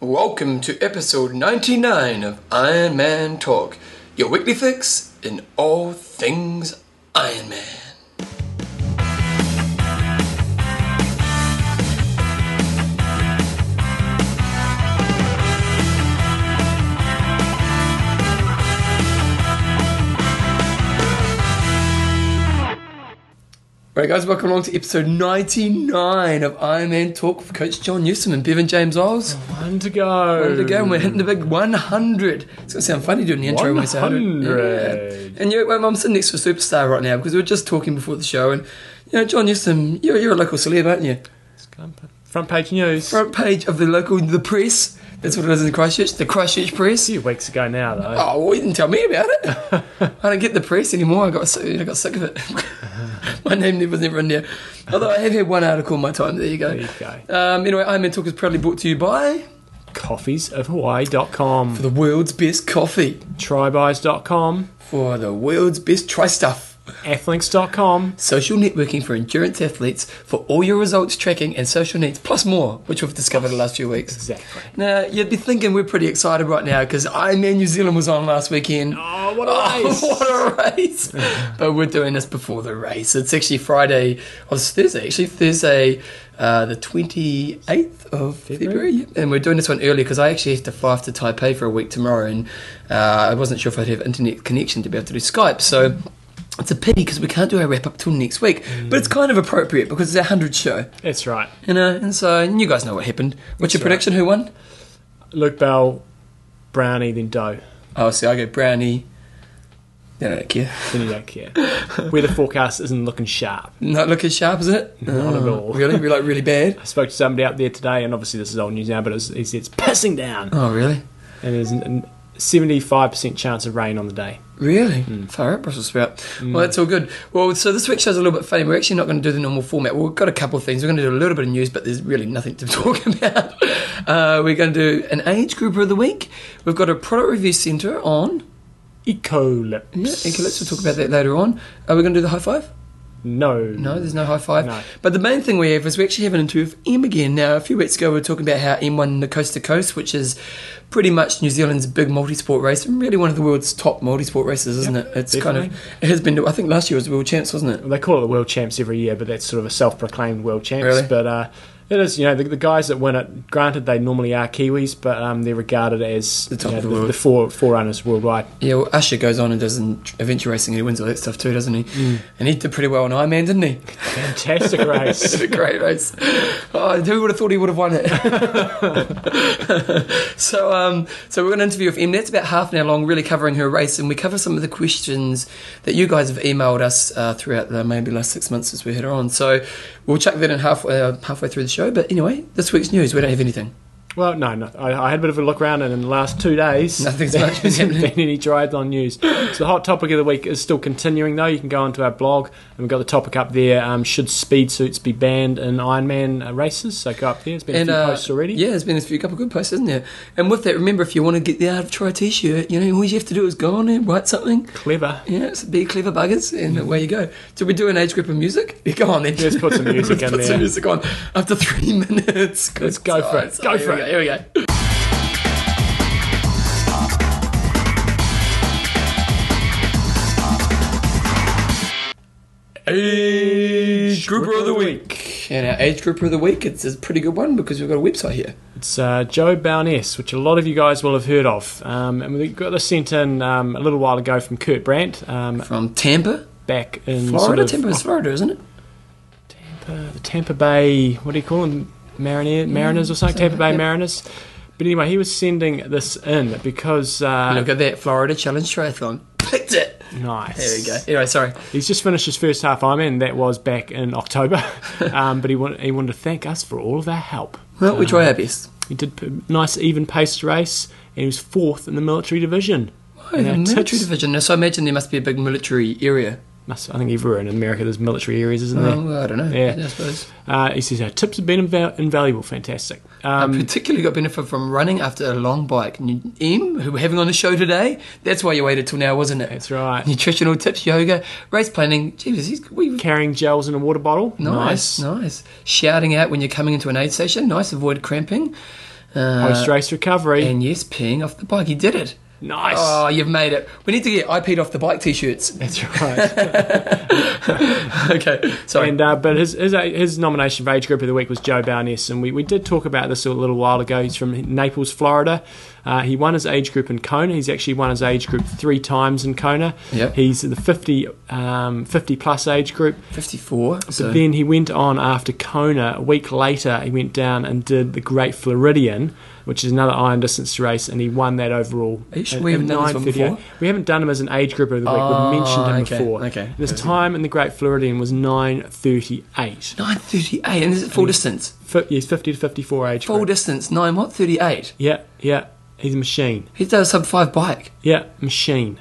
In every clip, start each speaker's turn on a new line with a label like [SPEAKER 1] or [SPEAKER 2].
[SPEAKER 1] Welcome to episode 99 of Iron Man Talk, your weekly fix in all things Iron Man. Right, guys, welcome along to episode 99 of Iron Man Talk with Coach John Newsom and Bevan James Oz.
[SPEAKER 2] One to go.
[SPEAKER 1] And again, we're hitting the
[SPEAKER 2] Hmm.
[SPEAKER 1] big 100. It's going to sound funny doing the intro when we say 100.
[SPEAKER 2] 100.
[SPEAKER 1] Yeah. And you know, I'm sitting next to a superstar right now because we were just talking before the show. And, you know, John Newsom, you're, you're a local celeb, aren't you?
[SPEAKER 2] Front page news.
[SPEAKER 1] Front page of the local, the press. That's what it is in Christchurch, the Christchurch Press.
[SPEAKER 2] A few weeks ago now, though.
[SPEAKER 1] Oh, well, you didn't tell me about it. I don't get the press anymore. I got so, I got sick of it. my name was never in there. Although I have had one article in my time. There you go.
[SPEAKER 2] There you go.
[SPEAKER 1] Um, anyway, Iron Man Talk is proudly brought to you by
[SPEAKER 2] Coffeesofhawaii.com,
[SPEAKER 1] the world's best coffee,
[SPEAKER 2] trybuys.com,
[SPEAKER 1] for the world's best try stuff,
[SPEAKER 2] athlinks.com,
[SPEAKER 1] social networking for endurance athletes, for all your results tracking and social needs, plus more, which we've discovered the last few weeks.
[SPEAKER 2] Exactly.
[SPEAKER 1] Now, you'd be thinking we're pretty excited right now because Ironman New Zealand was on last weekend.
[SPEAKER 2] Oh, what a race.
[SPEAKER 1] what a race. but we're doing this before the race. It's actually Friday, oh, it's Thursday, actually, Thursday, uh, the 28th of February. yeah. And we're doing this one early because I actually have to fly off to Taipei for a week tomorrow. And uh, I wasn't sure if I'd have internet connection to be able to do Skype. So. It's a pity because we can't do our wrap up till next week, but it's kind of appropriate because it's our 100th show,
[SPEAKER 2] That's right.
[SPEAKER 1] you know. And so and you guys know what happened. What's your
[SPEAKER 2] That's right.
[SPEAKER 1] prediction? Who won?
[SPEAKER 2] Luke Bell, Brownie, then Doe.
[SPEAKER 1] Oh, see, I go brownie. They don't care.
[SPEAKER 2] Then you don't care. Weather forecast isn't looking sharp.
[SPEAKER 1] Not looking sharp, is it? Oh,
[SPEAKER 2] Not at all.
[SPEAKER 1] Really? Be like really bad?
[SPEAKER 2] I spoke to somebody out there today, and obviously this is old news now, but it was, he said it's pissing down.
[SPEAKER 1] Oh, really?
[SPEAKER 2] And there's a 75% chance of rain on the day.
[SPEAKER 1] Really?
[SPEAKER 2] Hmm.
[SPEAKER 1] Far out, Brussels sprout. Well, that's all good. Well, so this week's show's a little bit funny. We're actually not going to do the normal format. Well, we've got a couple of things. We're going to do a little bit of news, but there's really nothing to talk about. Uh, we're going to do an age grouper of the week. We've got a product review centre on.
[SPEAKER 2] Ecolypse.
[SPEAKER 1] Yeah, Ecolets. We'll talk about that later on. Are we going to do the high five?
[SPEAKER 2] No.
[SPEAKER 1] No, there's no high five.
[SPEAKER 2] No.
[SPEAKER 1] But the main thing we have is we actually have an interview with M again. Now, a few weeks ago, we were talking about how M won the Coast to Coast, which is pretty much New Zealand's big multi-sport race and really one of the world's top multi-sport races, isn't it? It's kind
[SPEAKER 2] definitely.
[SPEAKER 1] of it has been. I think last year was world champs, wasn't it?
[SPEAKER 2] Well, they call it the world champs every year, but that's sort of a self-proclaimed world champs.
[SPEAKER 1] Really?
[SPEAKER 2] But uh, it is, you know, the, the guys that win it. Granted, they normally are Kiwis, but um, they're regarded as
[SPEAKER 1] The top
[SPEAKER 2] you know,
[SPEAKER 1] of the world.
[SPEAKER 2] four forerunners worldwide.
[SPEAKER 1] Yeah, well, Usher goes on and does an adventure racing and he wins all that stuff too, doesn't he?
[SPEAKER 2] Mm.
[SPEAKER 1] And he did pretty well on Ironman, didn't he?
[SPEAKER 2] Fantastic
[SPEAKER 1] It's
[SPEAKER 2] race.
[SPEAKER 1] a great race. Oh, who would have thought he would have won it? so, um, so we're going to interview with Em. That's about half an hour long, really covering her race, and we cover some of the questions that you guys have emailed us uh, throughout the maybe last six months since we had her on. So, we'll chuck that in halfway uh, halfway through the show. But anyway, this week's news, we don't have anything.
[SPEAKER 2] well, no, no. I, I had a bit of a look around, and in the last two days,
[SPEAKER 1] Nothing's
[SPEAKER 2] there
[SPEAKER 1] much been
[SPEAKER 2] hasn't
[SPEAKER 1] happening.
[SPEAKER 2] been any triathlon news. So the hot topic of the week is still continuing, though. You can go onto our blog, and we've got the topic up there. Um, should speed suits be banned in Ironman uh, races? So go up there. It's been a few
[SPEAKER 1] uh,
[SPEAKER 2] posts already.
[SPEAKER 1] Yeah, there's been a few couple good posts, isn't there? And with that, remember if you want to get the Art of Try T-shirt, you know all you have to do is go on there, write something.
[SPEAKER 2] Clever.
[SPEAKER 1] Yeah, so be clever buggers, and away you go. Did we do an age group of music? Yeah, go on then.
[SPEAKER 2] Mm-hmm. Let's put some music in
[SPEAKER 1] Put some
[SPEAKER 2] there.
[SPEAKER 1] music on. After three minutes. Good
[SPEAKER 2] Let's go for it.
[SPEAKER 1] times.
[SPEAKER 2] Go
[SPEAKER 1] Oh,
[SPEAKER 2] for
[SPEAKER 1] here
[SPEAKER 2] it.
[SPEAKER 1] We go, here we go. Age grouper of the week. And our age grouper of the week, it's a pretty good one because we've got a website here.
[SPEAKER 2] It's uh, Joe Bowness, which a lot of you guys will have heard of. Um, and we got this sent in um, a little while ago from Kurt Brandt um,
[SPEAKER 1] From Tampa,
[SPEAKER 2] back in
[SPEAKER 1] Florida.
[SPEAKER 2] sort of-
[SPEAKER 1] Tampa is Florida, isn't it?
[SPEAKER 2] Tampa, the Tampa Bay, what do you call them?
[SPEAKER 1] Mm.
[SPEAKER 2] Mariner, Mariners or something? Tampa Bay
[SPEAKER 1] yeah.
[SPEAKER 2] Mariners. But anyway, he was sending this in because. Uh,
[SPEAKER 1] Look at that. Florida Challenge Triathlon. Clicked it.
[SPEAKER 2] nice.
[SPEAKER 1] There we go. Anyway, sorry.
[SPEAKER 2] He's just finished his first half Ironman. That was back in October. um, but he, wanted he wanted to thank us for all of our help.
[SPEAKER 1] Well, we
[SPEAKER 2] Uh,
[SPEAKER 1] try our best.
[SPEAKER 2] He did a nice, even paced race, and he was fourth in the military division.
[SPEAKER 1] Oh,
[SPEAKER 2] And our
[SPEAKER 1] military
[SPEAKER 2] tips-
[SPEAKER 1] division. Now, So I imagine there must be a big military area.
[SPEAKER 2] Must, I think everywhere in America there's military areas, isn't there?
[SPEAKER 1] Oh, well, I don't know.
[SPEAKER 2] Yeah.
[SPEAKER 1] I suppose.
[SPEAKER 2] Uh, he says our tips have been inval- invaluable, fantastic. Um,
[SPEAKER 1] I particularly got benefit from running after a long bike. And you- M, who we're having on the show today, that's why you waited till now, wasn't it?
[SPEAKER 2] that's right.
[SPEAKER 1] Nutritional tips, yoga, race planning. Jesus, he's, we
[SPEAKER 2] Carrying gels in a water bottle,
[SPEAKER 1] nice, nice. Shouting out when you're coming into an aid station. Nice. Avoid cramping. Uh,
[SPEAKER 2] Post race recovery.
[SPEAKER 1] and yes, peeing off the bike. He did it.
[SPEAKER 2] nice.
[SPEAKER 1] Oh, you've made it. We need to get I peed off the bike t-shirts.
[SPEAKER 2] That's right.
[SPEAKER 1] okay, sorry.
[SPEAKER 2] and uh, but his, his his nomination for age group of the week was Joe Bowness, and we, we did talk about this a little while ago. He's from Naples, Florida. Uh, he won his age group in Kona. He's actually won his age group three times in Kona.
[SPEAKER 1] Yep.
[SPEAKER 2] He's in the 50, um, 50 plus age group.
[SPEAKER 1] 54. So
[SPEAKER 2] But then he went on after Kona. A week later, he went down and did the Great Floridian, which is another iron distance race, and he won that overall.
[SPEAKER 1] Are you sure
[SPEAKER 2] at-
[SPEAKER 1] we
[SPEAKER 2] at
[SPEAKER 1] haven't done this one
[SPEAKER 2] 9:38.
[SPEAKER 1] before?
[SPEAKER 2] We haven't done him as an age group of the week.
[SPEAKER 1] Oh,
[SPEAKER 2] We've mentioned him
[SPEAKER 1] okay,
[SPEAKER 2] before.
[SPEAKER 1] okay.
[SPEAKER 2] This time in the Great Floridian was 9:38.
[SPEAKER 1] 938 and this is
[SPEAKER 2] Mm.
[SPEAKER 1] full distance.
[SPEAKER 2] Fi- He's 50 to 54 age
[SPEAKER 1] Full
[SPEAKER 2] group.
[SPEAKER 1] distance 9 what 38.
[SPEAKER 2] yeah, yeah. He's a machine.
[SPEAKER 1] He does sub 5 bike.
[SPEAKER 2] Yeah, machine.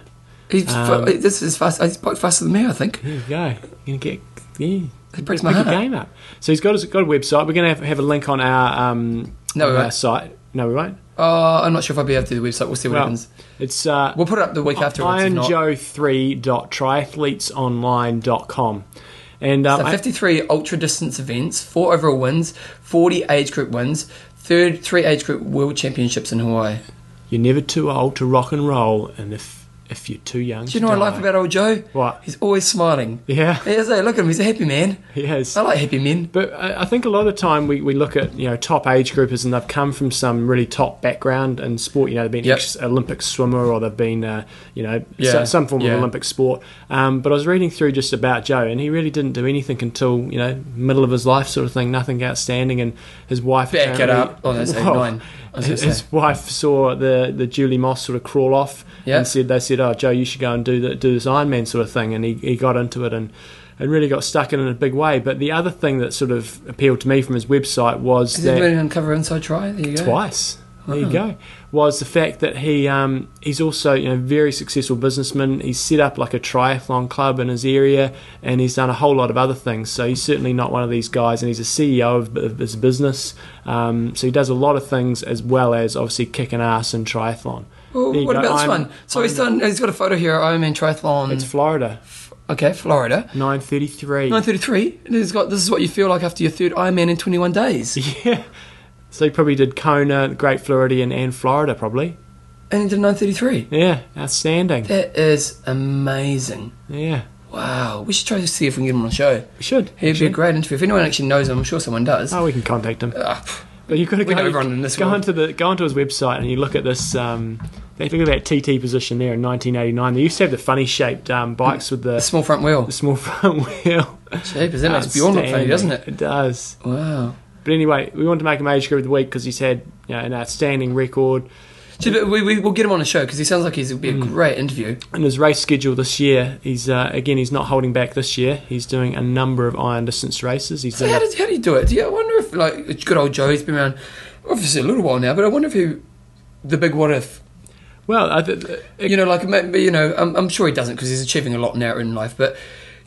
[SPEAKER 1] He's
[SPEAKER 2] Um,
[SPEAKER 1] this is fast he's bike faster than me, I think.
[SPEAKER 2] There you go. You're gonna get yeah.
[SPEAKER 1] It breaks my
[SPEAKER 2] Pick your
[SPEAKER 1] heart.
[SPEAKER 2] game up. So he's got his, got a website. We're gonna have, have a link on our um
[SPEAKER 1] No, we
[SPEAKER 2] on our
[SPEAKER 1] won't.
[SPEAKER 2] site. No, we won't.
[SPEAKER 1] Oh, I'm not sure if I'll be able to do the website. We'll see what
[SPEAKER 2] Well,
[SPEAKER 1] happens.
[SPEAKER 2] It's uh,
[SPEAKER 1] We'll put it up the week afterwards. if not.
[SPEAKER 2] ironjoe3.triathletesonline.com. And um,
[SPEAKER 1] So 53 ultra distance events, four overall wins, 40 age group wins, third three age group world championships in Hawaii.
[SPEAKER 2] I- you're never too old to rock and roll, and if if you're too young,
[SPEAKER 1] Do you know what I like about old Joe?
[SPEAKER 2] What?
[SPEAKER 1] He's always smiling.
[SPEAKER 2] Yeah,
[SPEAKER 1] He is, eh? look at him, he's a happy man.
[SPEAKER 2] he is.
[SPEAKER 1] I like happy men.
[SPEAKER 2] Um, But I, I think a lot of the time we, we look at you know top age groupers and they've come from some really top background in sport. You know they've been
[SPEAKER 1] Yep.
[SPEAKER 2] ex Olympic swimmer or they've been uh, you know
[SPEAKER 1] Yeah,
[SPEAKER 2] so- some form
[SPEAKER 1] yeah.
[SPEAKER 2] of Olympic sport. Um, but I was reading through just about Joe and he really didn't do anything until you know middle of his life sort of thing. Nothing outstanding and his wife
[SPEAKER 1] Back it
[SPEAKER 2] apparently-
[SPEAKER 1] up. Oh, that's eight,
[SPEAKER 2] Well,
[SPEAKER 1] nine. I was gonna
[SPEAKER 2] his,
[SPEAKER 1] say.
[SPEAKER 2] his wife saw the, the Julie Moss sort of crawl off
[SPEAKER 1] Yeah.
[SPEAKER 2] and said they said, "Oh, Joe, you should go and do the, do this Iron Man sort of thing." And he, he got into it and and really got stuck in it in a big way. But the other thing that sort of appealed to me from his website was
[SPEAKER 1] Is he
[SPEAKER 2] that
[SPEAKER 1] doing uncover inside try? There you go.
[SPEAKER 2] twice. There you go. Was the fact that he um, he's also you know very successful businessman. He's set up like a triathlon club in his area, and he's done a whole lot of other things. So he's certainly not one of these guys, and he's a CEO of, of his business. Um, so he does a lot of things as well as obviously kicking ass in triathlon.
[SPEAKER 1] Well,
[SPEAKER 2] There you
[SPEAKER 1] Oh, what
[SPEAKER 2] go.
[SPEAKER 1] about this
[SPEAKER 2] I'm-
[SPEAKER 1] one? So he's
[SPEAKER 2] I'm-
[SPEAKER 1] done. He's got a photo here. Ironman triathlon.
[SPEAKER 2] It's Florida,
[SPEAKER 1] okay, Florida.
[SPEAKER 2] nine thirty-three.
[SPEAKER 1] 9:33. And he's got. This is what you feel like after your third Ironman in 21 days.
[SPEAKER 2] Yeah. So he probably did Kona, Great Floridian, and Florida probably.
[SPEAKER 1] And he did 9:33.
[SPEAKER 2] Yeah, outstanding.
[SPEAKER 1] That is amazing.
[SPEAKER 2] Yeah,
[SPEAKER 1] Wow. We should try to see if we can get him on the show.
[SPEAKER 2] we should.
[SPEAKER 1] He'd be a
[SPEAKER 2] actually.
[SPEAKER 1] great interview. If anyone actually knows him, I'm sure someone does.
[SPEAKER 2] Oh, we can contact him.
[SPEAKER 1] Ah, pff,
[SPEAKER 2] But you've got to
[SPEAKER 1] We
[SPEAKER 2] go,
[SPEAKER 1] know everyone in this
[SPEAKER 2] go
[SPEAKER 1] world.
[SPEAKER 2] onto the go onto his website and you look at this. Um, they look at that TT position there in 1989. They used to have the funny shaped um, bikes with
[SPEAKER 1] a
[SPEAKER 2] the,
[SPEAKER 1] small front wheel.
[SPEAKER 2] the small front wheel.
[SPEAKER 1] Jeepers, that makes Bjorn look funny,
[SPEAKER 2] Outstanding.
[SPEAKER 1] doesn't it?
[SPEAKER 2] It does.
[SPEAKER 1] Wow.
[SPEAKER 2] But anyway, we want to make him age group of the week because he's had you know, an outstanding record.
[SPEAKER 1] Should we, we, we'll get him on a show because he sounds like he's would be a
[SPEAKER 2] Hmm.
[SPEAKER 1] great interview.
[SPEAKER 2] And his race schedule this year, he's uh, again he's not holding back this year. He's doing a number of iron distance races. He's
[SPEAKER 1] So
[SPEAKER 2] doing
[SPEAKER 1] how, did, how do you do it? Do you, I wonder if like it's good old Joey's been around obviously a little while now, but I wonder if he the big what if
[SPEAKER 2] well. I th- it-
[SPEAKER 1] you know like maybe, you know I'm, I'm sure he doesn't because he's achieving a lot now in life, but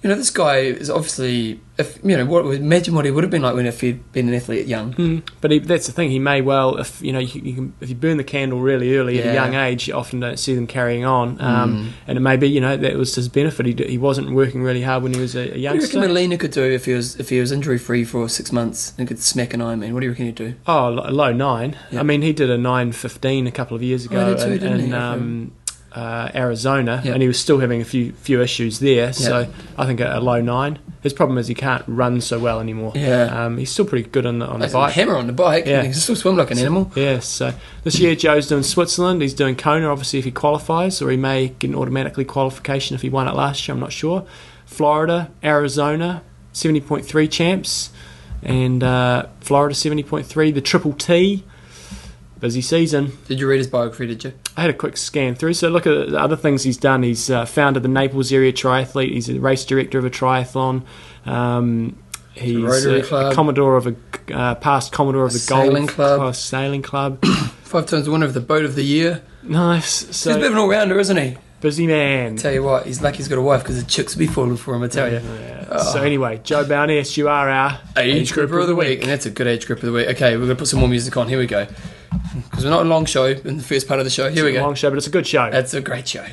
[SPEAKER 1] you know this guy is obviously if you know what imagine what he would have been like when if he'd been an athlete young.
[SPEAKER 2] Mm, but he, that's the thing. He may well, if you know, you, you can, if you burn the candle really early at
[SPEAKER 1] Yeah. Hmm.
[SPEAKER 2] a young age, you often don't see them carrying on. Um, And it may be, you know, that was his benefit. He, d- he wasn't working really hard when he was a, a
[SPEAKER 1] What do you reckon
[SPEAKER 2] youngster.
[SPEAKER 1] Molina could do if he was if he was injury free for six months and could smack an Ironman? What do you reckon he'd do?
[SPEAKER 2] Oh, lo- low nine.
[SPEAKER 1] Yeah.
[SPEAKER 2] I mean, he did a nine fifteen a couple of years
[SPEAKER 1] Oh, he
[SPEAKER 2] ago
[SPEAKER 1] did too,
[SPEAKER 2] in,
[SPEAKER 1] didn't
[SPEAKER 2] in,
[SPEAKER 1] he?
[SPEAKER 2] um, uh, Arizona,
[SPEAKER 1] Yeah.
[SPEAKER 2] and he was still having a few few issues there. So I think a, a low nine. His problem is he can't run so well anymore.
[SPEAKER 1] Yeah.
[SPEAKER 2] um, he's still pretty good on the on the
[SPEAKER 1] Like a
[SPEAKER 2] bike.
[SPEAKER 1] hammer on the bike.
[SPEAKER 2] Yeah.
[SPEAKER 1] and he can still swim like an animal.
[SPEAKER 2] Yeah, so this year Joe's doing Switzerland. He's doing Kona, obviously, if he qualifies, or he may get an automatically qualification if he won it last year. I'm not sure. Florida, Arizona, 70.3 champs, and uh, Florida 70.3, the Triple T. Busy season.
[SPEAKER 1] Did you read his biography? Did you?
[SPEAKER 2] I had a quick scan through. So look at the other things he's done. He's uh, founded the Naples Area Triathlete. He's a race director of a triathlon. Um, he's
[SPEAKER 1] Rotary
[SPEAKER 2] a,
[SPEAKER 1] Club.
[SPEAKER 2] commodore of a uh, past commodore of
[SPEAKER 1] A
[SPEAKER 2] the Gold
[SPEAKER 1] sailing club.
[SPEAKER 2] Coast Sailing Club.
[SPEAKER 1] Five times the winner of the boat of the year.
[SPEAKER 2] Nice.
[SPEAKER 1] he's a bit
[SPEAKER 2] So
[SPEAKER 1] of an all rounder, isn't he?
[SPEAKER 2] busy man.
[SPEAKER 1] Tell you what, he's lucky he's got a wife because the chicks will be falling for him. I tell you.
[SPEAKER 2] Yeah. So anyway, Joe Bowness, you are our
[SPEAKER 1] Oh. Age grouper of the week, and that's a good age group of the week. Okay, we're gonna put some more music on. Here we go, because we're not a long show in the first part of the show. Here we
[SPEAKER 2] It's a
[SPEAKER 1] go.
[SPEAKER 2] Long show, but it's a good show.
[SPEAKER 1] That's a great show.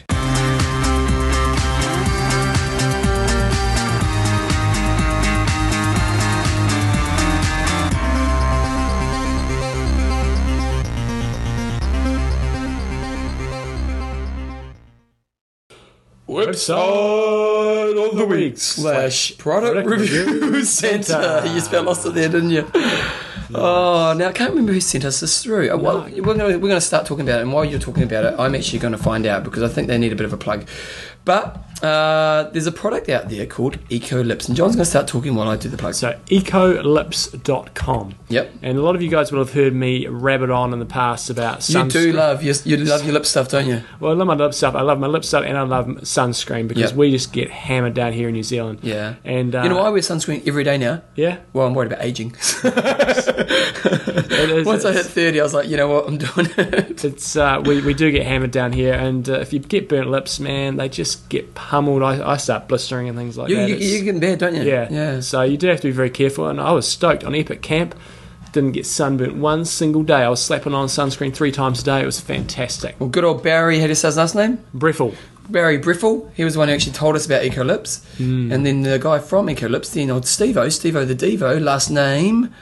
[SPEAKER 2] Website of the week
[SPEAKER 1] slash product review center. You spelled lost it there, didn't you? Oh, now I can't remember who sent us this through. Uh, well, we're going to we're going to start talking about it, and while you're talking about it, I'm actually going to find out because I think they need a bit of a plug. But uh, there's a product out there called Ecolips, and John's going to start talking while I do the plug.
[SPEAKER 2] So ecolips.com.
[SPEAKER 1] Yep.
[SPEAKER 2] And a lot of you guys will have heard me rabbit on in the past about
[SPEAKER 1] You
[SPEAKER 2] sunscreen.
[SPEAKER 1] do love you, you love your lip stuff, don't you?
[SPEAKER 2] Well, I love my lip stuff. I love my lip stuff and I love sunscreen because
[SPEAKER 1] Yeah.
[SPEAKER 2] we just get hammered down here in New Zealand.
[SPEAKER 1] Yeah.
[SPEAKER 2] And uh,
[SPEAKER 1] you know I wear sunscreen every day now.
[SPEAKER 2] Yeah.
[SPEAKER 1] Well, I'm worried about aging.
[SPEAKER 2] It is,
[SPEAKER 1] Once I hit
[SPEAKER 2] it's,
[SPEAKER 1] 30, I was like, you know what, I'm doing it.
[SPEAKER 2] it's, uh, we, we do get hammered down here, and uh, if you get burnt lips, man, they just get pummeled. I, I start blistering and things like
[SPEAKER 1] You,
[SPEAKER 2] that.
[SPEAKER 1] you,
[SPEAKER 2] It's-
[SPEAKER 1] you're getting bad, don't you?
[SPEAKER 2] Yeah.
[SPEAKER 1] Yeah.
[SPEAKER 2] So you do have to be very careful. And I was stoked on Epic Camp. Didn't get sunburnt one single day. I was slapping on sunscreen three times a day. It was fantastic.
[SPEAKER 1] Well, good old Barry, how do you say his last name?
[SPEAKER 2] Breffel.
[SPEAKER 1] Barry Briffle. He was the one who actually told us about Ecolips.
[SPEAKER 2] Hmm.
[SPEAKER 1] And then the guy from Ecolips, then old Stevo, Stevo the Devo, last name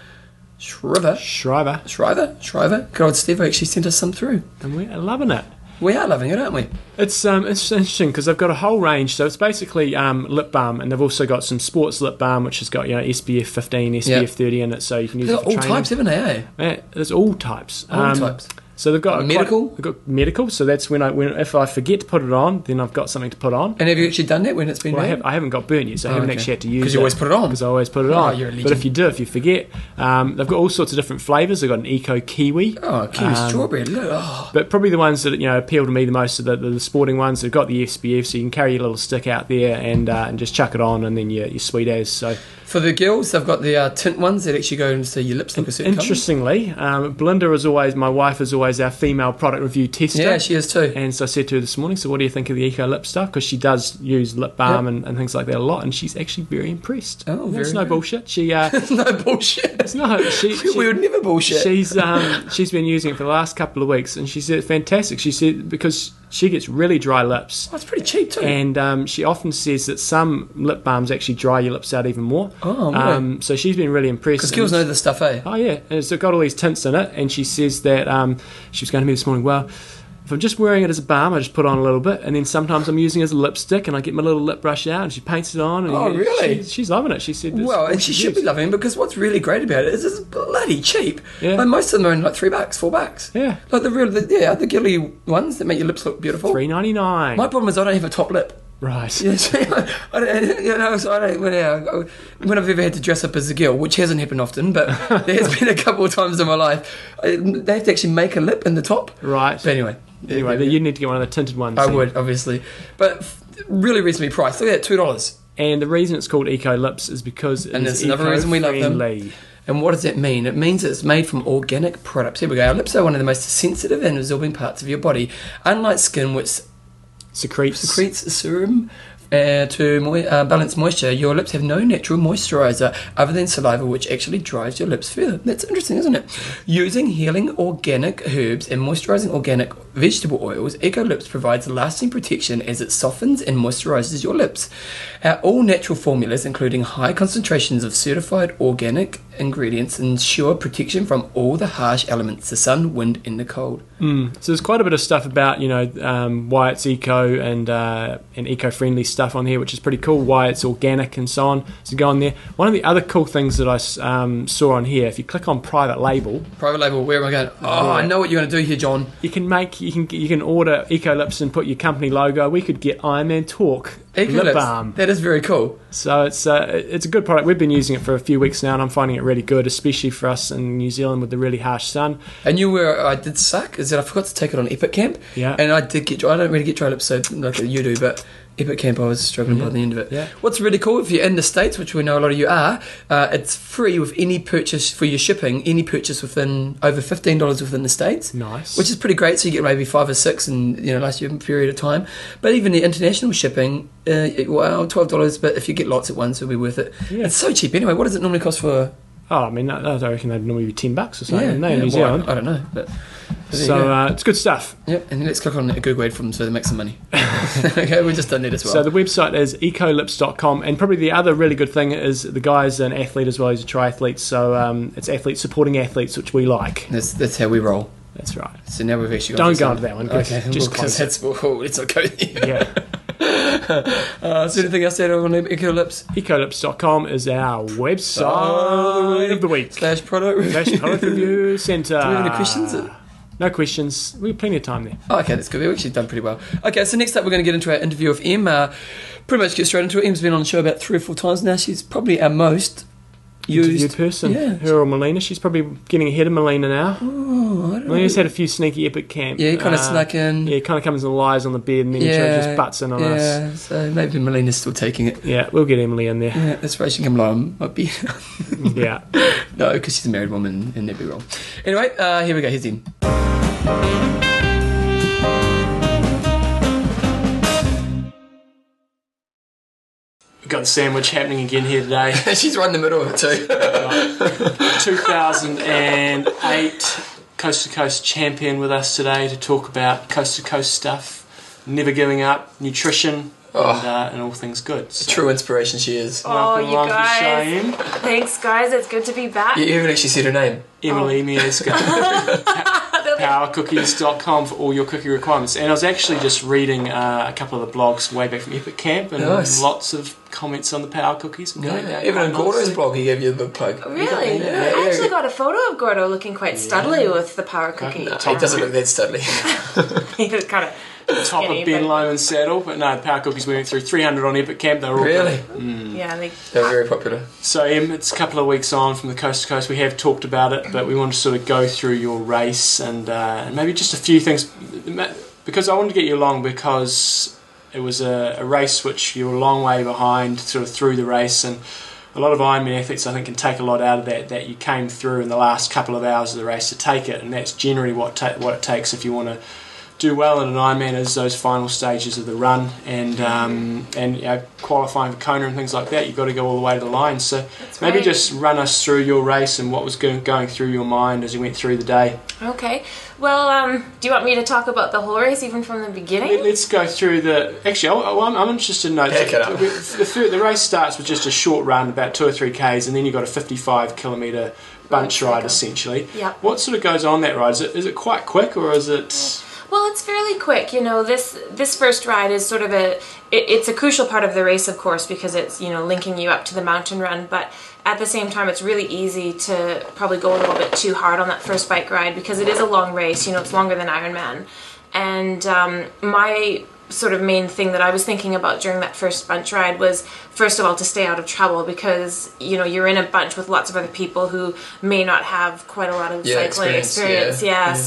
[SPEAKER 1] Shriver.
[SPEAKER 2] Schreiber.
[SPEAKER 1] Shriver? Shriver? Good old Stevo actually sent us some through.
[SPEAKER 2] And we're loving it.
[SPEAKER 1] We are loving it, aren't we?
[SPEAKER 2] It's um, it's interesting because they've got a whole range. So it's basically um, lip balm, and they've also got some sports lip balm, which has got you know SPF 15, SPF 30 in it, so you can use
[SPEAKER 1] They've
[SPEAKER 2] it
[SPEAKER 1] got
[SPEAKER 2] for
[SPEAKER 1] all
[SPEAKER 2] training.
[SPEAKER 1] types, haven't they, eh?
[SPEAKER 2] Yeah, there's all types. Um,
[SPEAKER 1] All types.
[SPEAKER 2] So they've got a quite-
[SPEAKER 1] Medical?
[SPEAKER 2] they've got medical. So that's when I when if I forget to put it on, then I've got something to put on.
[SPEAKER 1] And have you actually done that when it's been
[SPEAKER 2] Well, I,
[SPEAKER 1] made?
[SPEAKER 2] have, I haven't got burnt yet, so I
[SPEAKER 1] Oh,
[SPEAKER 2] haven't
[SPEAKER 1] okay.
[SPEAKER 2] actually had to use it.
[SPEAKER 1] 'Cause you always put it on.
[SPEAKER 2] Because I always put it
[SPEAKER 1] Oh,
[SPEAKER 2] on.
[SPEAKER 1] you're a
[SPEAKER 2] but
[SPEAKER 1] legend.
[SPEAKER 2] if you do, if you forget, um, they've got all sorts of different flavours. They've got an eco kiwi.
[SPEAKER 1] Oh, kiwi
[SPEAKER 2] um,
[SPEAKER 1] strawberry. Look, oh.
[SPEAKER 2] But probably the ones that you know appeal to me the most are the, the, sporting ones. They've got the SPF, so you can carry your little stick out there and uh, and just chuck it on, and then you're, you're sweet as. So
[SPEAKER 1] For the girls, they've got the uh, tint ones that actually go into your lips look a certain colour.
[SPEAKER 2] interestingly, um, Belinda is always my wife is always our female product review tester.
[SPEAKER 1] Yeah, she is too.
[SPEAKER 2] And so I said to her this morning, so what do you think of the Eco Lip stuff? Because she does use lip balm and, and things like that a lot, and she's actually very impressed.
[SPEAKER 1] Oh,
[SPEAKER 2] That's
[SPEAKER 1] very
[SPEAKER 2] no
[SPEAKER 1] good.
[SPEAKER 2] bullshit. She, uh,
[SPEAKER 1] no bullshit.
[SPEAKER 2] it's no, she, she,
[SPEAKER 1] we would never bullshit.
[SPEAKER 2] she's um, she's been using it for the last couple of weeks, and she said fantastic. She said because she gets really dry lips,
[SPEAKER 1] That's pretty cheap too.
[SPEAKER 2] and um, she often says that some lip balms actually dry your lips out even more.
[SPEAKER 1] Oh, really?
[SPEAKER 2] um, so she's been really impressed.
[SPEAKER 1] Because girls
[SPEAKER 2] And-
[SPEAKER 1] know this stuff, eh?
[SPEAKER 2] Oh yeah, and it's got all these tints in it, and she says that um, she was going to me this morning. Well, if I'm just wearing it as a balm, I just put on a little bit, and then sometimes I'm using it as a lipstick, and I get my little lip brush out, and she paints it on. And
[SPEAKER 1] Oh,
[SPEAKER 2] she-
[SPEAKER 1] really?
[SPEAKER 2] she's loving it. She said, it's
[SPEAKER 1] Well,
[SPEAKER 2] all
[SPEAKER 1] and she should be
[SPEAKER 2] used.
[SPEAKER 1] loving it because what's really great about it is it's bloody cheap.
[SPEAKER 2] Yeah.
[SPEAKER 1] Like most of them are only like three bucks, four bucks.
[SPEAKER 2] Yeah.
[SPEAKER 1] Like the real, the, yeah, the gilly ones that make your lips look beautiful.
[SPEAKER 2] Three ninety nine.
[SPEAKER 1] My problem is I don't have a top lip.
[SPEAKER 2] Right.
[SPEAKER 1] You know, so I don't, you know, so I don't, when, I, when I've ever had to dress up as a girl, which hasn't happened often, but there has been a couple of times in my life, I, they have to actually make a lip in the top.
[SPEAKER 2] Right.
[SPEAKER 1] But anyway.
[SPEAKER 2] Anyway,
[SPEAKER 1] there
[SPEAKER 2] but
[SPEAKER 1] you
[SPEAKER 2] you need to get one of the tinted ones.
[SPEAKER 1] go. I
[SPEAKER 2] then.
[SPEAKER 1] would, obviously. But f- really reasonably priced. Look at that, $2.
[SPEAKER 2] And the reason it's called Eco Lips is because it's
[SPEAKER 1] And that's another reason we love them.
[SPEAKER 2] eco-friendly.
[SPEAKER 1] And what does that mean? It means it's made from organic products. Here we go. Our lips are one of the most sensitive and absorbing parts of your body. Unlike skin, which
[SPEAKER 2] Secretes.
[SPEAKER 1] secretes serum uh, to moi- uh, balance moisture, your lips have no natural moisturizer other than saliva, which actually dries your lips further. That's interesting, isn't it? Using healing organic herbs and moisturizing organic vegetable oils, Eco Lips provides lasting protection as it softens and moisturizes your lips. Our all natural formulas, including high concentrations of certified organic ingredients, ensure protection from all the harsh elements the sun, wind, and the cold.
[SPEAKER 2] Mm. So there's quite a bit of stuff about you know um, why it's eco and uh, and eco-friendly stuff on here, which is pretty cool. Why it's organic and so on. So go on there. One of the other cool things that I s- um, saw on here, if you click on private label,
[SPEAKER 1] Private label, where am I going? Oh, I know what you're going to do here, John.
[SPEAKER 2] you can make you can you can order Eco Lips and put your company logo. We could get Iron Man Talk lip
[SPEAKER 1] Ecolips.
[SPEAKER 2] balm.
[SPEAKER 1] That is very cool.
[SPEAKER 2] So it's uh, it's a good product. We've been using it for a few weeks now, and I'm finding it really good, especially for us in New Zealand with the really harsh sun.
[SPEAKER 1] And you were, I did suck, is that I forgot to take it on Epic Camp.
[SPEAKER 2] Yeah.
[SPEAKER 1] And I did get, I don't really get dry lips so like you do, but Epic Camp I was struggling by the end of it.
[SPEAKER 2] Yeah.
[SPEAKER 1] What's really cool, if you're in the States, which we know a lot of you are, uh, it's free with any purchase for your shipping, any purchase within over $15 within the States.
[SPEAKER 2] Nice.
[SPEAKER 1] Which is pretty great, so you get maybe five or six in you know last year period of time. But even the international shipping, uh, well, twelve dollars. But if you get lots at once, it'll be worth it.
[SPEAKER 2] Yeah.
[SPEAKER 1] It's so cheap anyway. What does it normally cost for?
[SPEAKER 2] Oh, I mean, I I reckon they'd normally be ten bucks or something. Yeah,
[SPEAKER 1] yeah,
[SPEAKER 2] no, in New
[SPEAKER 1] well, I-
[SPEAKER 2] Zealand.
[SPEAKER 1] I, don't know, but but there you
[SPEAKER 2] so
[SPEAKER 1] go.
[SPEAKER 2] uh, it's good stuff.
[SPEAKER 1] Yep, and let's click on a Google ad for them so they make some money. okay, we just done that as well.
[SPEAKER 2] So the website is ecolips.com, and probably the other really good thing is the guy's an athlete as well. He's a triathlete, so um, it's athletes supporting athletes, which we like.
[SPEAKER 1] that's, that's how we roll.
[SPEAKER 2] That's right.
[SPEAKER 1] So now we've actually
[SPEAKER 2] Don't
[SPEAKER 1] to
[SPEAKER 2] go
[SPEAKER 1] some-
[SPEAKER 2] into that one, 'cause
[SPEAKER 1] Okay,
[SPEAKER 2] just
[SPEAKER 1] just
[SPEAKER 2] close
[SPEAKER 1] that's well, let's not go there.
[SPEAKER 2] Yeah.
[SPEAKER 1] uh, is there anything else to add on Ecolips?
[SPEAKER 2] Ecolips.com is our website of the week.
[SPEAKER 1] Slash product review.
[SPEAKER 2] Slash Product Review Centre. Uh,
[SPEAKER 1] Do we have any questions?
[SPEAKER 2] No questions. We have plenty of time there.
[SPEAKER 1] Oh, okay, that's good. We've actually done pretty well. Okay, so next up, we're going to get into our interview of Em. Uh, pretty much get straight into it. Em's been on the show about three or four times now. She's probably our most
[SPEAKER 2] Interviewed
[SPEAKER 1] used.
[SPEAKER 2] person,
[SPEAKER 1] Yeah.
[SPEAKER 2] her or Melina. She's probably getting ahead of Melina now.
[SPEAKER 1] Oh, I don't
[SPEAKER 2] Melina's
[SPEAKER 1] know.
[SPEAKER 2] had a few sneaky epic camp.
[SPEAKER 1] Yeah, he kind of
[SPEAKER 2] uh,
[SPEAKER 1] snuck in.
[SPEAKER 2] Yeah, he kind of comes and lies on the bed and then he sort of just butts in on
[SPEAKER 1] yeah,
[SPEAKER 2] us.
[SPEAKER 1] so maybe Melina's still taking it.
[SPEAKER 2] Yeah, we'll get Emily in there.
[SPEAKER 1] Yeah, that's right. She can come along. Might be
[SPEAKER 2] yeah.
[SPEAKER 1] no, because she's a married woman and that'd be wrong. Anyway, uh, here we go. Here's him.
[SPEAKER 2] We've got the sandwich happening again here today.
[SPEAKER 1] she's right in the middle of it too.
[SPEAKER 2] 2008 Coast to Coast champion with us today to talk about Coast to Coast stuff, never giving up, nutrition, and, uh, and all things good. So,
[SPEAKER 1] True inspiration she is.
[SPEAKER 3] Oh, you
[SPEAKER 2] welcome,
[SPEAKER 3] guys.
[SPEAKER 2] Cheyenne.
[SPEAKER 3] Thanks, guys. It's good to be back.
[SPEAKER 1] You haven't actually said her name.
[SPEAKER 2] Emily
[SPEAKER 3] Oh.
[SPEAKER 2] Mieska, powercookies.com for all your cookie requirements. And I was actually just reading uh, a couple of the blogs way back from Epic Camp, and
[SPEAKER 1] Nice.
[SPEAKER 2] lots of comments on the power cookies.
[SPEAKER 1] No, even on Gordo's blog, he gave you the plug.
[SPEAKER 3] Really?
[SPEAKER 1] Yeah,
[SPEAKER 3] I
[SPEAKER 1] yeah,
[SPEAKER 3] actually
[SPEAKER 1] yeah.
[SPEAKER 3] got a photo of Gordo looking quite studly with the power cookie.
[SPEAKER 2] no,
[SPEAKER 1] It doesn't look that studly.
[SPEAKER 3] He was kind of
[SPEAKER 2] top
[SPEAKER 3] skinny,
[SPEAKER 2] of Ben
[SPEAKER 3] but-
[SPEAKER 2] Lomond's saddle, but no, the power cookies we went through 300 on Epic Camp. They were all
[SPEAKER 1] really?
[SPEAKER 2] good.
[SPEAKER 3] yeah, like
[SPEAKER 1] Mm. They're very popular.
[SPEAKER 2] So, Em, it's a couple of weeks on from the coast to coast. We have talked about it, but we want to sort of go through your race and, uh, and maybe just a few things. Because I wanted to get you along because it was a, a race which you were a long way behind, sort of through the race. And a lot of Ironman athletes, I think, can take a lot out of that, that you came through in the last couple of hours of the race to take it. And that's generally what, ta- what it takes if you want to do well in an Ironman is those final stages of the run and um, and you know, qualifying for Kona and things like that. You've got to go all the way to the line. So maybe
[SPEAKER 3] right.
[SPEAKER 2] just run us through your race and what was go- going through your mind as you went through the day.
[SPEAKER 3] okay. Well, um, do you want me to talk about the whole race even from the
[SPEAKER 2] Let,
[SPEAKER 3] beginning?
[SPEAKER 2] us go through the. Actually, I, I'm, I'm interested in notes.
[SPEAKER 1] Pick it up.
[SPEAKER 2] The, the, fir- the race starts with just a short run, about two or three k's, and then you've got a 55 kilometre bunch
[SPEAKER 3] Right,
[SPEAKER 2] ride
[SPEAKER 3] okay.
[SPEAKER 2] essentially.
[SPEAKER 3] Yep.
[SPEAKER 2] What sort of goes on that ride? Is it, is it quite quick or is it?
[SPEAKER 3] Well, it's fairly quick. You know, this this first ride is sort of a it, it's a crucial part of the race, of course, because it's you know linking you up to the mountain run. But at the same time, it's really easy to probably go a little bit too hard on that first bike ride because it is a long race. You know, it's longer than Ironman, and um, my sort of main thing that I was thinking about during that first bunch ride was first of all to stay out of trouble because you know you're in a bunch with lots of other people who may not have quite a lot of
[SPEAKER 1] Yeah,
[SPEAKER 3] cycling
[SPEAKER 1] experience, yeah.
[SPEAKER 3] experience yeah, Mm-hmm.